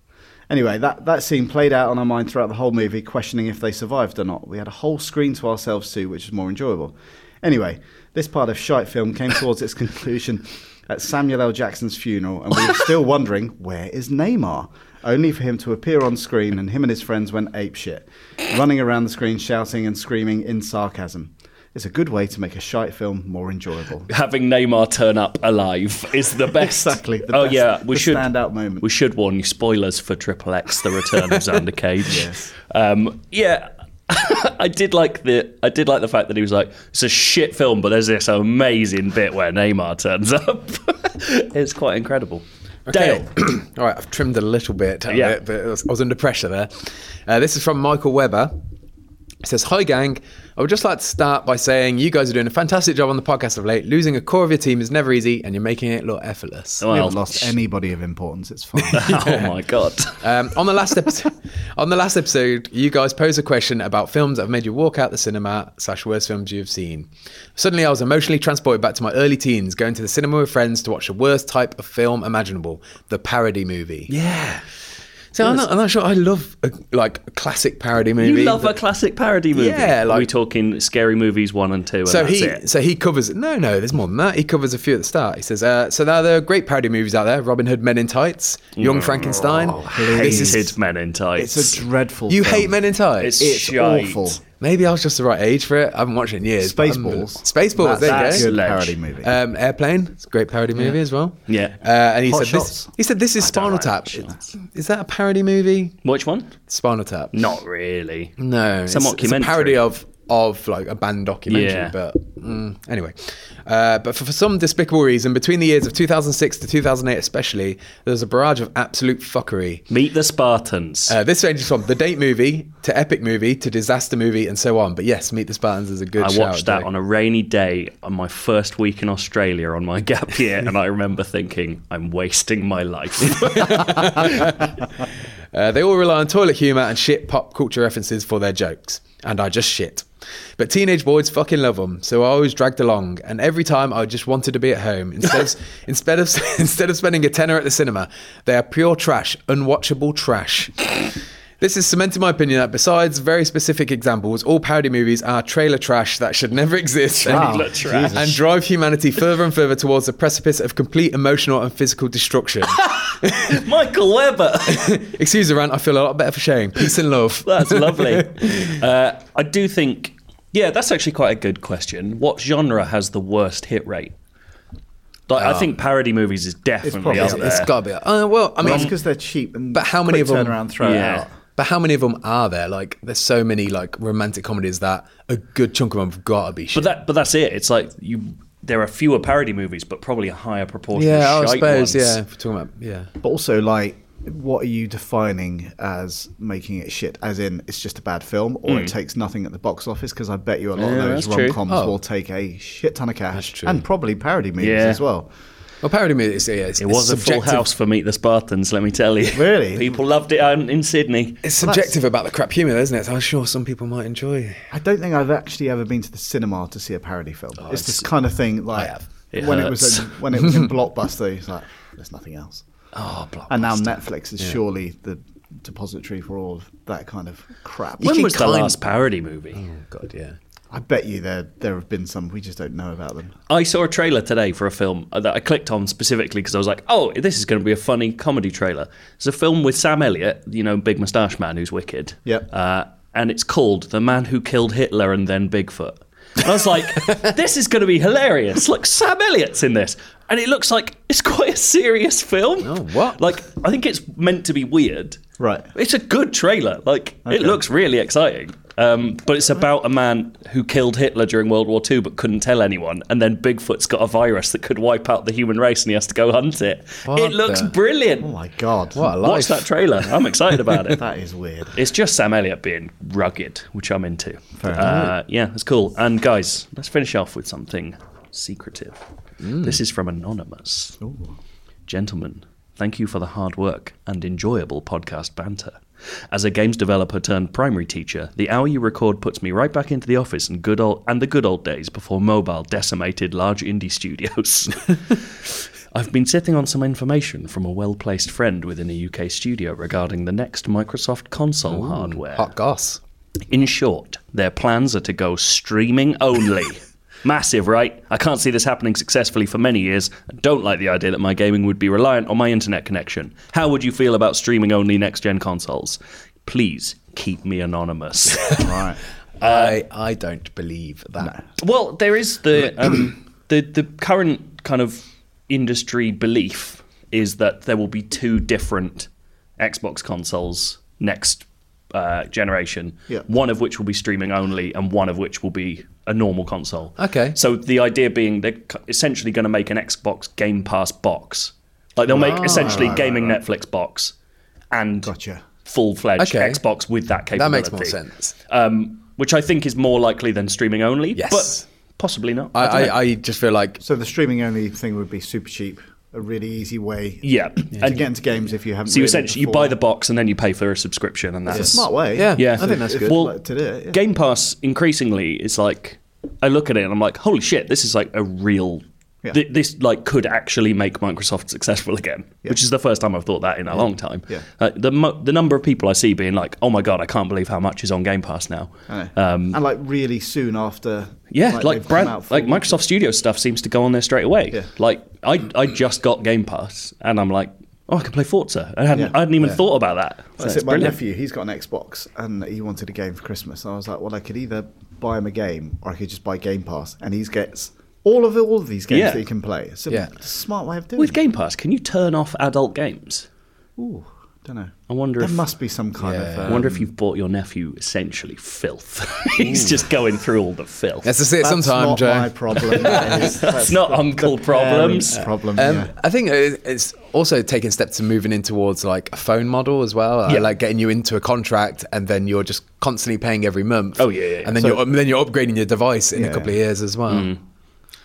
Speaker 3: Anyway, that, that scene played out on our mind throughout the whole movie, questioning if they survived or not. We had a whole screen to ourselves too, which is more enjoyable. Anyway, this part of Shite Film came towards its conclusion at Samuel L. Jackson's funeral, and we were still wondering, where is Neymar? Only for him to appear on screen, and him and his friends went apeshit, running around the screen, shouting and screaming in sarcasm. It's a good way to make a shite film more enjoyable.
Speaker 1: having Neymar turn up alive is the best.
Speaker 3: Exactly, the
Speaker 1: oh
Speaker 3: best-
Speaker 1: yeah, we
Speaker 3: the
Speaker 1: should
Speaker 3: standout moment.
Speaker 1: We should warn you. Spoilers for Triple X: The Return of Xander Cage. Yes. Um, yeah. I did like the I did like the fact that he was like it's a shit film, but there's this amazing bit where Neymar turns up. it's quite incredible.
Speaker 2: Okay.
Speaker 1: Dale,
Speaker 2: All right, I've trimmed a little bit, out of
Speaker 1: Yeah.
Speaker 2: it, but I was, I was under pressure there. Uh, this is from Michael Weber. It says, Hi, gang. I would just like to start by saying you guys are doing a fantastic job on the podcast of late. Losing a core of your team is never easy, and you're making it look effortless.
Speaker 3: We
Speaker 1: well,
Speaker 3: haven't lost anybody of importance, it's fine.
Speaker 1: oh my god,
Speaker 2: Um, on the last episode, on the last episode, you guys posed a question about films that have made you walk out the cinema slash worst films you've seen. Suddenly, I was emotionally transported back to my early teens, going to the cinema with friends to watch the worst type of film imaginable, the parody movie.
Speaker 1: yeah.
Speaker 2: So I'm not, I'm not sure. I love a, like a classic parody
Speaker 1: You
Speaker 2: movie.
Speaker 1: love a classic parody movie.
Speaker 2: Yeah,
Speaker 1: Are we
Speaker 2: like-
Speaker 1: talking scary movies one and two? And
Speaker 2: so
Speaker 1: that's
Speaker 2: he
Speaker 1: it?
Speaker 2: so he covers no no there's more than that he covers a few at the start he says uh, so now there are great parody movies out there Robin Hood Men in Tights Young Frankenstein
Speaker 1: Oh, hated
Speaker 2: This is-
Speaker 1: Men in Tights.
Speaker 3: It's a dreadful
Speaker 2: you
Speaker 3: film.
Speaker 2: hate Men in
Speaker 1: It's,
Speaker 2: Tights
Speaker 3: It's
Speaker 1: shite.
Speaker 3: awful.
Speaker 2: maybe I was just the right age for it I haven't watched it in years but I'm-
Speaker 3: Spaceballs.
Speaker 2: Spaceballs
Speaker 3: That's
Speaker 2: there
Speaker 1: that's
Speaker 2: you go
Speaker 3: a good
Speaker 1: Ledge.
Speaker 3: parody movie.
Speaker 2: um, Airplane it's a great parody movie as well
Speaker 1: Yeah.
Speaker 2: uh, and he
Speaker 3: Hot
Speaker 2: said
Speaker 3: Shots.
Speaker 2: this he said this is Spinal
Speaker 1: like Hot
Speaker 2: Tap is that a parody movie
Speaker 1: Which one?
Speaker 2: Spinal Tap
Speaker 1: Not really.
Speaker 2: No,
Speaker 1: Some
Speaker 2: It's
Speaker 1: mockumentary.
Speaker 2: a parody of of like a band documentary,
Speaker 1: Yeah.
Speaker 2: but mm, anyway. Uh, but for, for some despicable reason, between the years of 2006 to 2008, especially, there was a barrage of absolute fuckery.
Speaker 1: Meet the Spartans.
Speaker 2: Uh, this ranges from the date movie to epic movie to disaster movie and so on. But yes, Meet the Spartans is a good.
Speaker 1: I
Speaker 2: shout,
Speaker 1: watched that
Speaker 2: Jake.
Speaker 1: on a rainy day on my first week in Australia on my gap year, and I remember thinking, I'm wasting my life.
Speaker 2: Uh, they all rely on toilet humour and shit pop culture references for their jokes. And I just shit. But teenage boys fucking love them, so I always dragged along. And every time I just wanted to be at home. Instead of, instead of, instead of spending a tenner at the cinema, they are pure trash, unwatchable trash. This has cemented my opinion that, besides very specific examples, all parody movies are trailer trash that should never exist
Speaker 3: Wow.
Speaker 1: Look, trash.
Speaker 2: and drive humanity further and further towards the precipice of complete emotional and physical destruction.
Speaker 1: Michael Webber.
Speaker 2: Excuse the rant. I feel a lot better for sharing. Peace and love.
Speaker 1: That's lovely. Uh, I do think, yeah, that's actually quite a good question. What genre has the worst hit rate? Like, I think parody movies is definitely
Speaker 3: probably-
Speaker 1: up
Speaker 3: it's-
Speaker 1: there.
Speaker 2: Oh. it's got to be. Uh, well, I mean,
Speaker 3: That's because they're cheap and
Speaker 2: But how many
Speaker 3: quick
Speaker 2: of them-
Speaker 3: turnaround throw it
Speaker 1: Yeah.
Speaker 3: out.
Speaker 2: But how many of them are there? Like, there's so many like romantic comedies that a good chunk of them have got to be
Speaker 1: but
Speaker 2: shit.
Speaker 1: that, but that's it. It's like you. There are fewer parody movies, but probably a higher proportion.
Speaker 2: yeah,
Speaker 1: of
Speaker 2: I
Speaker 1: shite Ones.
Speaker 2: suppose. Yeah, if we're talking about yeah.
Speaker 3: But also, like, what are you defining as making it shit? As in, it's just a bad film, or it takes nothing at the box office? Because I bet you a lot
Speaker 1: Yeah,
Speaker 3: of those
Speaker 1: that's true.
Speaker 3: rom coms
Speaker 2: Oh.
Speaker 3: will take a shit ton of cash,
Speaker 2: true.
Speaker 3: and probably parody movies
Speaker 1: Yeah.
Speaker 3: as well.
Speaker 2: Well, parody movies. Yeah, it's,
Speaker 1: It was
Speaker 2: it's
Speaker 1: a full
Speaker 2: subjective-
Speaker 1: house for Meet the Spartans, let me tell you.
Speaker 3: Really?
Speaker 1: People loved it um, in Sydney.
Speaker 2: It's
Speaker 3: Well, that's-
Speaker 2: subjective about the crap humour, isn't it? So I'm sure some people might enjoy.
Speaker 3: I don't think I've actually ever been to the cinema to see a parody film. it's this kind of thing, like
Speaker 2: have.
Speaker 1: It
Speaker 3: when it was in,
Speaker 1: hurts.
Speaker 3: when it was in Blockbuster, it's like there's nothing else.
Speaker 2: Oh, blah.
Speaker 3: And now Netflix is surely the depository for all of that kind of crap.
Speaker 1: When
Speaker 2: can
Speaker 1: was the
Speaker 2: kind-
Speaker 1: last parody movie?
Speaker 2: Oh, God, yeah.
Speaker 3: I bet you there there have been some we just don't know about them.
Speaker 1: I saw a trailer today for a film that I clicked on specifically because I was like, oh, this is going to be a funny comedy trailer. It's a film with Sam Elliott, you know, Big Moustache Man who's wicked.
Speaker 3: Yep.
Speaker 1: Uh, and it's called The Man Who Killed Hitler and Then Bigfoot. And I was like, this is going to be hilarious. Look, Sam Elliott's in this. And it looks like it's quite a serious film.
Speaker 2: Oh, what?
Speaker 1: Like, I think it's meant to be weird.
Speaker 3: Right.
Speaker 1: It's a good trailer. Like it looks really exciting. Um, but it's about a man who killed Hitler during World War II but couldn't tell anyone, and then Bigfoot's got a virus that could wipe out the human race, and he has to go hunt it.
Speaker 2: What
Speaker 1: it looks
Speaker 2: the-
Speaker 1: brilliant.
Speaker 3: Oh my god.
Speaker 2: What a life.
Speaker 1: Watch that trailer. I'm excited about it.
Speaker 3: That is weird.
Speaker 1: It's just Sam Elliott being rugged, which I'm into. Uh, yeah, it's cool. And guys, let's finish off with something secretive. This is from Anonymous. Gentlemen, thank you for the hard work and enjoyable podcast banter. As a games developer turned primary teacher, the hour you record puts me right back into the office and good old and the good old days before mobile decimated large indie studios. I've been sitting on some information from a well placed friend within a UK studio regarding the next Microsoft console hardware.
Speaker 2: Hot goss.
Speaker 1: In short, their plans are to go streaming only. Massive, right? I can't see this happening successfully for many years. I don't like the idea that my gaming would be reliant on my internet connection. How would you feel about streaming only next gen consoles? Please keep me anonymous.
Speaker 3: Right.
Speaker 1: Uh,
Speaker 2: I I don't believe that.
Speaker 1: Well, there is the um, the the current kind of industry belief is that there will be two different Xbox consoles next uh, generation.
Speaker 3: Yeah.
Speaker 1: One of which will be streaming only, and one of which will be a normal console.
Speaker 2: Okay.
Speaker 1: So the idea being they're c- essentially going to make an Xbox Game Pass box. Like they'll
Speaker 2: Ah.
Speaker 1: make essentially gaming Netflix box and
Speaker 3: Gotcha.
Speaker 1: full fledged
Speaker 2: Okay.
Speaker 1: Xbox with that
Speaker 2: That
Speaker 1: capability
Speaker 2: makes more sense.
Speaker 1: um, which I think is more likely than streaming only.
Speaker 2: Yes.
Speaker 1: But possibly not.
Speaker 2: I,
Speaker 1: don't know.
Speaker 2: I, I just feel like
Speaker 3: So the streaming only thing would be super cheap, a really easy way
Speaker 1: yeah.
Speaker 3: to
Speaker 1: And
Speaker 3: get into games if you haven't.
Speaker 1: so you
Speaker 3: really
Speaker 1: essentially you
Speaker 3: before.
Speaker 1: buy the box and then you pay for a subscription, and that's
Speaker 3: It's a smart way.
Speaker 2: Yeah,
Speaker 1: Yeah,
Speaker 2: I think that's
Speaker 3: If-
Speaker 2: good.
Speaker 1: Well,
Speaker 3: like, to do it, yeah.
Speaker 1: Game Pass increasingly is like I look at it and I'm like, holy shit, this is like a real.
Speaker 3: Yeah.
Speaker 1: thi- this like could actually make Microsoft successful again, which is the first time I've thought that in a long time.
Speaker 3: Yeah.
Speaker 1: Uh, the mo- the number of people I see being like, "Oh my god, I can't believe how much is on Game Pass now."
Speaker 3: I know.
Speaker 1: Um,
Speaker 3: and like really soon after.
Speaker 1: Yeah, like,
Speaker 3: they've come
Speaker 1: brand,
Speaker 3: out for-
Speaker 1: like Microsoft Studio stuff seems to go on there straight away.
Speaker 3: Yeah.
Speaker 1: Like I, I just got Game Pass and I'm like, oh, I can play Forza. I hadn't,
Speaker 3: Yeah.
Speaker 1: I hadn't even thought about that. So
Speaker 3: That's
Speaker 1: it's
Speaker 3: it. My
Speaker 1: brilliant.
Speaker 3: nephew, he's got an Xbox, and he wanted a game for Christmas. And I was like, well, I could either buy him a game, or I could just buy Game Pass, and he gets all of all of these games
Speaker 1: Yeah.
Speaker 3: that he can play. It's a
Speaker 2: Yeah.
Speaker 3: smart way of doing
Speaker 1: With
Speaker 3: it.
Speaker 1: Game Pass, can you turn off adult games?
Speaker 3: Ooh, don't know.
Speaker 1: I wonder
Speaker 3: There
Speaker 1: if-
Speaker 3: must be some kind
Speaker 2: Yeah.
Speaker 3: of. uh,
Speaker 1: I wonder if you've bought your nephew essentially filth. He's just going through all the filth.
Speaker 2: That's just it.
Speaker 3: that's
Speaker 2: Sometime,
Speaker 3: not my
Speaker 2: Joe.
Speaker 3: problem. That is- that's
Speaker 1: not
Speaker 3: the- the
Speaker 1: uncle problems.
Speaker 3: parents' Problem.
Speaker 2: Um,
Speaker 3: yeah.
Speaker 2: I think it- it's also taking steps to moving in towards like a phone model as well, uh,
Speaker 1: Yeah.
Speaker 2: like getting you into a contract and then you're just constantly paying every month.
Speaker 1: Oh, yeah, yeah, yeah.
Speaker 2: and then
Speaker 3: So-
Speaker 2: you're then you're upgrading your device in
Speaker 3: Yeah.
Speaker 2: a couple of years as well.
Speaker 1: Mm.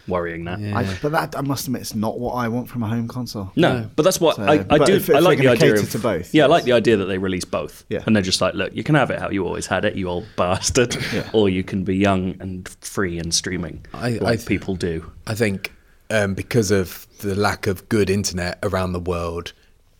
Speaker 1: Worrying that.
Speaker 2: Yeah.
Speaker 3: I, but that I must admit, it's not what I want from a home console.
Speaker 1: No, but that's what
Speaker 3: So-
Speaker 1: I, I
Speaker 3: But
Speaker 1: do.
Speaker 3: if- if
Speaker 1: I like
Speaker 3: they're
Speaker 1: the
Speaker 3: gonna
Speaker 1: idea
Speaker 3: cater
Speaker 1: of
Speaker 3: to both,
Speaker 1: Yeah, I
Speaker 3: yes.
Speaker 1: like the idea that they release both.
Speaker 3: Yeah.
Speaker 1: and they're just like, look, you can have it how you always had it, you old bastard, or you can be young and free and streaming,
Speaker 2: I-
Speaker 1: like
Speaker 2: I th-
Speaker 1: people do.
Speaker 2: I think um, because of the lack of good internet around the world,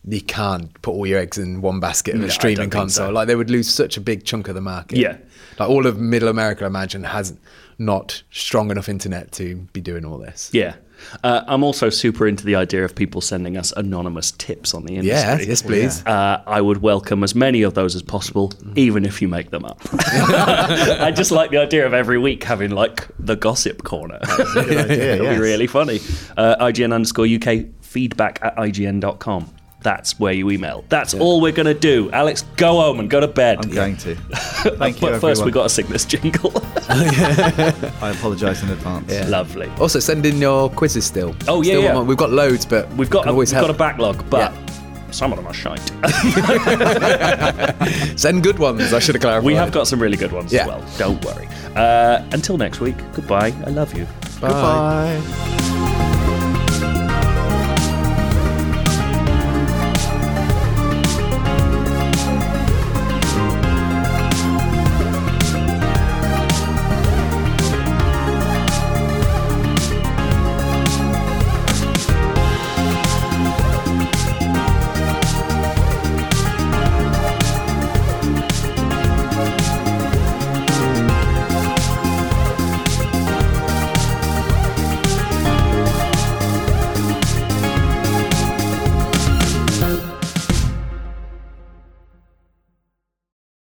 Speaker 2: you can't put all your eggs in one basket of
Speaker 1: No, I
Speaker 2: a
Speaker 1: don't
Speaker 2: streaming
Speaker 1: think
Speaker 2: console.
Speaker 1: so.
Speaker 2: Like they would lose such a big chunk of the market.
Speaker 1: Yeah.
Speaker 2: like all of Middle America, I imagine, has not strong enough internet to be doing all this.
Speaker 1: Yeah. Uh, I'm also super into the idea of people sending us anonymous tips on the
Speaker 2: Yeah,
Speaker 1: industry.
Speaker 2: yes, please.
Speaker 1: Uh, I would welcome as many of those as possible, even if you make them up. I just like the idea of every week having like the gossip corner. It'll
Speaker 3: yes.
Speaker 1: be really funny. Uh, IGN underscore UK feedback at IGN.com. That's where you email. That's all we're going to do. Alex, go home and go to bed.
Speaker 3: I'm going to. Thank you,
Speaker 1: but first,
Speaker 3: everyone.
Speaker 1: we got to sing this jingle.
Speaker 3: I apologise in advance.
Speaker 1: Lovely.
Speaker 2: Also, send in your quizzes still.
Speaker 1: Oh, yeah,
Speaker 2: Still
Speaker 1: yeah.
Speaker 2: want one. We've got loads, but
Speaker 1: We've got
Speaker 2: can
Speaker 1: a, we've
Speaker 2: always
Speaker 1: got a
Speaker 2: help.
Speaker 1: backlog, but some of them are shite.
Speaker 2: Send good ones. I should have clarified.
Speaker 1: we have got some really good ones
Speaker 2: Yeah.
Speaker 1: as well. Don't worry. Uh, until next week, goodbye. I love you.
Speaker 2: Bye.
Speaker 3: Goodbye.